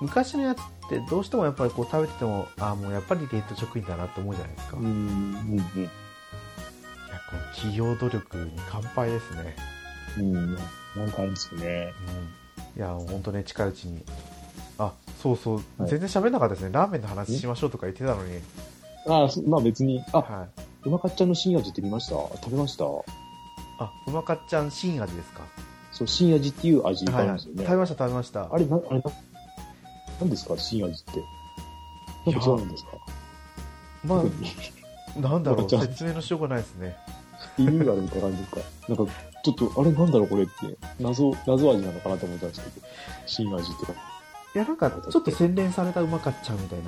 [SPEAKER 1] 昔のやつってどうしてもやっぱりこう食べててもああもうやっぱり冷凍食品だなと思うじゃないですか、
[SPEAKER 2] うん。
[SPEAKER 1] いや
[SPEAKER 2] うん。
[SPEAKER 1] この企業努力に乾杯ですね、
[SPEAKER 2] うん。うん。なんかあるんですよね。
[SPEAKER 1] うん、いやもう本当ね近いうちにあそうそう、
[SPEAKER 2] はい
[SPEAKER 1] 全然喋んなかったですねラーメンの話しましょうとか言ってたのに、
[SPEAKER 2] ああ、そまあ別に。あ、
[SPEAKER 1] はいう
[SPEAKER 2] まかっちゃんの新味って見ました食べました
[SPEAKER 1] あうまかっちゃん新味ですか、
[SPEAKER 2] そう、新味っていう味があ
[SPEAKER 1] はい
[SPEAKER 2] るん
[SPEAKER 1] はい
[SPEAKER 2] です
[SPEAKER 1] 食
[SPEAKER 2] よね。
[SPEAKER 1] べました食べました
[SPEAKER 2] あれ、な、あれな、なんですか新味って。なんか違うんですか
[SPEAKER 1] ま
[SPEAKER 2] 特に。
[SPEAKER 1] あなんだろ
[SPEAKER 2] うまかっ
[SPEAKER 1] う
[SPEAKER 2] ちゃん
[SPEAKER 1] 説明のしようがないですね
[SPEAKER 2] リニューアルみたいな感じですか。なんか、ちょっと、あれなんだろうこれって、謎、謎味なのかなと思ったんですけど、新味ってか。
[SPEAKER 1] いやなんかちょっと洗練されたうまかっちゃんみたいな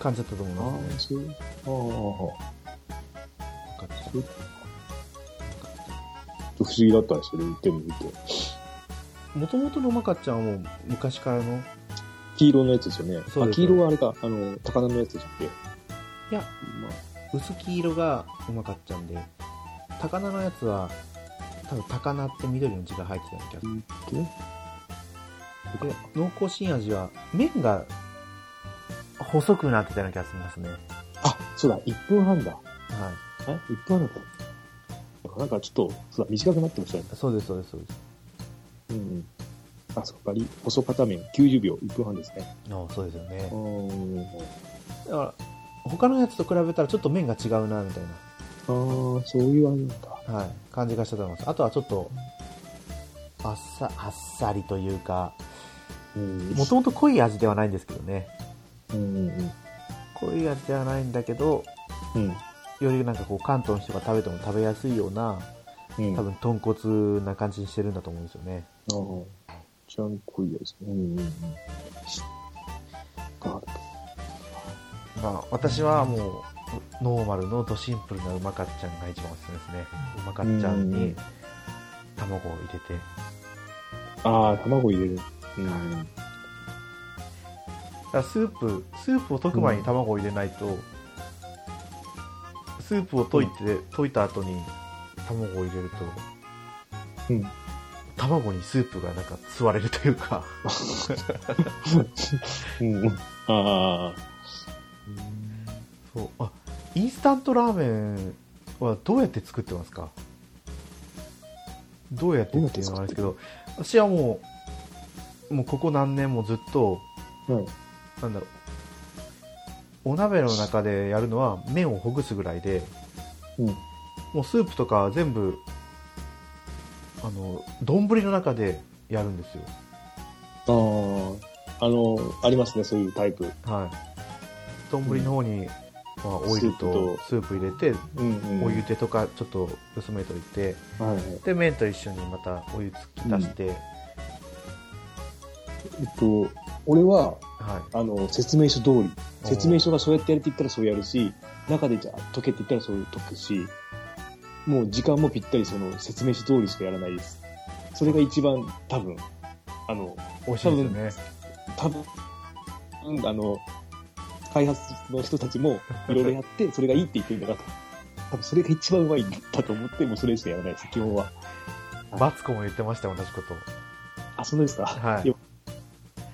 [SPEAKER 1] 感じだったと思い
[SPEAKER 2] あ
[SPEAKER 1] ますね
[SPEAKER 2] あ、そう。ああ、
[SPEAKER 1] うまかっちゃん
[SPEAKER 2] 不思議だったんですけど、言ってみると。
[SPEAKER 1] もともとのうまかっちゃんはもう昔からの
[SPEAKER 2] 黄色のやつですよね。
[SPEAKER 1] そう
[SPEAKER 2] あ
[SPEAKER 1] です
[SPEAKER 2] 黄色はあれか、あの、高菜のやつでしたっけ
[SPEAKER 1] いや
[SPEAKER 2] まあ、
[SPEAKER 1] 薄黄色がうまかっちゃんで高菜のやつは多分高菜って緑の字が入ってたような気がす
[SPEAKER 2] う
[SPEAKER 1] る
[SPEAKER 2] んとね
[SPEAKER 1] で濃厚新味は麺が細くなってたような気がしますねは
[SPEAKER 2] あ、そうだ、1分半だ。
[SPEAKER 1] い
[SPEAKER 2] え ?1 分半だった。なんかちょっと、そうだ、短くなってましたね。
[SPEAKER 1] そうですそうですそうです
[SPEAKER 2] うんうん。あ、そうか、り細片面90秒、1分半ですね。
[SPEAKER 1] あそうですよね
[SPEAKER 2] うーん。
[SPEAKER 1] だから他のやつと比べたらちょっと麺が違うなみたい
[SPEAKER 2] ああ、そういうあれなんだ。
[SPEAKER 1] な、はい、感じがしたと思いますあとはちょっとあっさあっさりというか
[SPEAKER 2] うん
[SPEAKER 1] もともと濃い味ではないんですけどね
[SPEAKER 2] うんうん
[SPEAKER 1] 濃い味ではないんだけど
[SPEAKER 2] うん。
[SPEAKER 1] よりなんかこう関東の人が食べても食べやすいような
[SPEAKER 2] うん。
[SPEAKER 1] 多分豚骨な感じにしてるんだと思うんですよね
[SPEAKER 2] 分。ああ。ちなみに濃いやつ。うんうんうん。が
[SPEAKER 1] まあ私はもうノーマルのドシンプルなうまかっちゃんが一番おすすめですねうまかっちゃんに卵を入れて
[SPEAKER 2] ああ、卵入れる。うん。
[SPEAKER 1] だからスープスープを溶く前に卵を入れないと、スープを溶いて、溶いた後に卵を入れると、
[SPEAKER 2] うん
[SPEAKER 1] 卵にスープがなんか吸われるというか
[SPEAKER 2] うん。ああ。
[SPEAKER 1] そうあインスタントラーメンはどうやって作ってますかどうやってっていうのはあれですけど私はもうもうここ何年もずっと
[SPEAKER 2] うん。
[SPEAKER 1] なんだろうお鍋の中でやるのは麺をほぐすぐらいで
[SPEAKER 2] うん。
[SPEAKER 1] もうスープとか全部あの丼の中でやるんですよ
[SPEAKER 2] ああ、あの、ありますね、そういうタイプ。
[SPEAKER 1] はい丼の方に、まあ、オイルとスープ入れて
[SPEAKER 2] うん、うん
[SPEAKER 1] お湯でとかちょっと薄めといて
[SPEAKER 2] はいはい。
[SPEAKER 1] で麺と一緒にまたお湯突き出して、
[SPEAKER 2] えっと、俺は、
[SPEAKER 1] はい
[SPEAKER 2] あの、説明書通り。
[SPEAKER 1] おー
[SPEAKER 2] 説明書がそうやってやるって言ったらそうやるし、中でじゃあ解けって言ったらそう解くし、もう時間もぴったりその説明書通りしかやらないです。それが一番多分、あの、
[SPEAKER 1] 美味しいですよね
[SPEAKER 2] 多分、うんあの、開発の人たちもいろいろやっ て、それがいいって言ってるんだなと。多分それが一番うまいんだと思って、もうそれしかやらないです、基本は。
[SPEAKER 1] バツコも言ってました同じこと
[SPEAKER 2] あ、そうですか。
[SPEAKER 1] はい
[SPEAKER 2] よ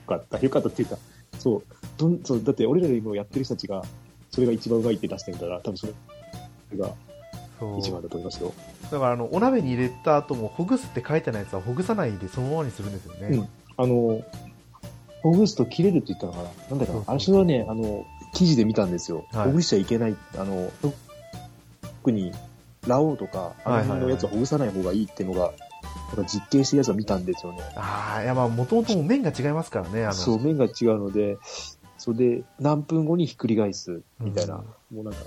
[SPEAKER 2] かった。よかったっていうか、そう。どんそうだって、俺らよりもやってる人たちが、それが一番うまいって出してみたら、多分それが
[SPEAKER 1] そう
[SPEAKER 2] 一番だと思いますよ。
[SPEAKER 1] だからあのお鍋に入れた後もほぐすって書いてないやつはほぐさないでそのままにするんですよね、
[SPEAKER 2] うんあの、ほぐすと切れるって言ったのかななんだか
[SPEAKER 1] そうそう
[SPEAKER 2] な
[SPEAKER 1] そう
[SPEAKER 2] あの人はね、あの、記事で見たんですよ。
[SPEAKER 1] はい
[SPEAKER 2] ほぐしちゃいけない。あの、特に、ラオウとか、あの辺のやつはほぐさない方がいいっていうのが、なんか実験してるやつは見たんですよね。
[SPEAKER 1] ああいやまあもともともう麺が違いますからねあの
[SPEAKER 2] そう、面が違うので、それで何分後にひっくり返すみたいな、もうなんか、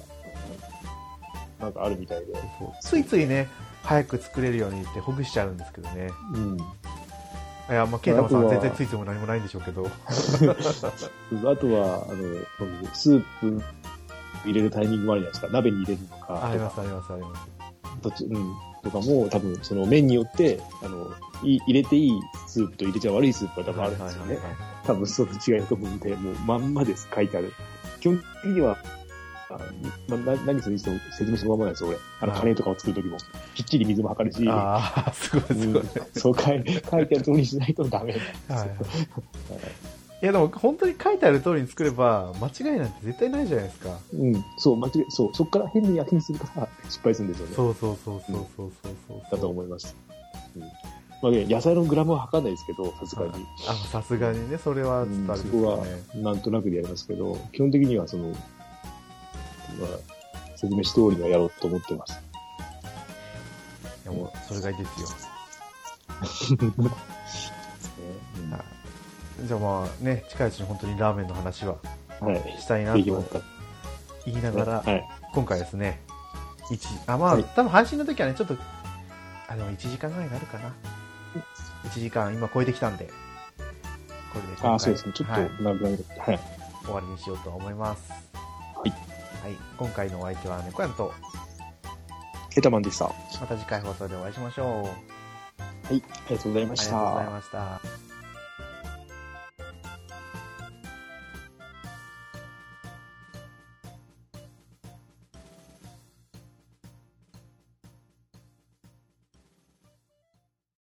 [SPEAKER 2] なんかあるみたいで。
[SPEAKER 1] そうついついね早く作れるようにってほぐしちゃうんですけどね
[SPEAKER 2] うん。
[SPEAKER 1] いやまあケイタマさんは
[SPEAKER 2] あとは
[SPEAKER 1] 全然ついついも何もないんでしょうけど
[SPEAKER 2] あとは、あの、スープ入れるタイミングもあるじゃないですか。鍋に入れるのか、
[SPEAKER 1] ありますありますあります
[SPEAKER 2] どっち、うん、とかも多分、その麺によって、あの、い入れていいスープと入れちゃ悪いスープが多分あるんですよね。
[SPEAKER 1] はいはいはいはい
[SPEAKER 2] 多分その違いだと思うんで、もうまんまです、書いてある。基本的には、あまな何するにしても説明したままなんですよ、俺。あの、
[SPEAKER 1] はい
[SPEAKER 2] カレーとかを作るときも。きっちり水も測るし、
[SPEAKER 1] ああすごいすごい、
[SPEAKER 2] うんそう書い 書いてある通りにしないとダメな
[SPEAKER 1] はい
[SPEAKER 2] ん
[SPEAKER 1] はい
[SPEAKER 2] ですよ。
[SPEAKER 1] いやでも本当に書いてある通りに作れば間違いなんて絶対ないじゃないですか
[SPEAKER 2] うん、そう、間違え、そう、そこから変に焼きにするから失敗するんですよね。
[SPEAKER 1] そうそうそうそうそうそうそう
[SPEAKER 2] だと思います。うん。まあね、野菜のグラムは測らないですけど、さすがに。
[SPEAKER 1] あさすがにねそれはちょっとあれ
[SPEAKER 2] そ
[SPEAKER 1] です
[SPEAKER 2] こ
[SPEAKER 1] よ
[SPEAKER 2] は
[SPEAKER 1] ね、
[SPEAKER 2] なんとなくでやりますけど、基本的にはその、まあ、説明し通りのやろうと思って ます。
[SPEAKER 1] いやもうそれがいいですよ
[SPEAKER 2] ね
[SPEAKER 1] じゃあまあね近いうちに本当にラーメンの話は
[SPEAKER 2] はい。
[SPEAKER 1] したいな
[SPEAKER 2] できます
[SPEAKER 1] と
[SPEAKER 2] か。
[SPEAKER 1] 言いながら
[SPEAKER 2] はい。
[SPEAKER 1] 今回ですね一あまあ、
[SPEAKER 2] はい
[SPEAKER 1] 多分配信の時はねちょっとあでも1時間ぐらいになるかな1時間今超えてきたんでこれで今回
[SPEAKER 2] あ、そうですね。ちょっ
[SPEAKER 1] はい
[SPEAKER 2] と、なくなる。はい。
[SPEAKER 1] 終わりにしようと思います
[SPEAKER 2] い
[SPEAKER 1] はい、今回のお相手は猫やんと
[SPEAKER 2] ケタマンでした。は
[SPEAKER 1] また次回放送でお会いしましょう
[SPEAKER 2] い。ありがとうござい
[SPEAKER 1] あ
[SPEAKER 2] ま
[SPEAKER 1] り
[SPEAKER 2] し
[SPEAKER 1] がとうご
[SPEAKER 2] た
[SPEAKER 1] ざい。ました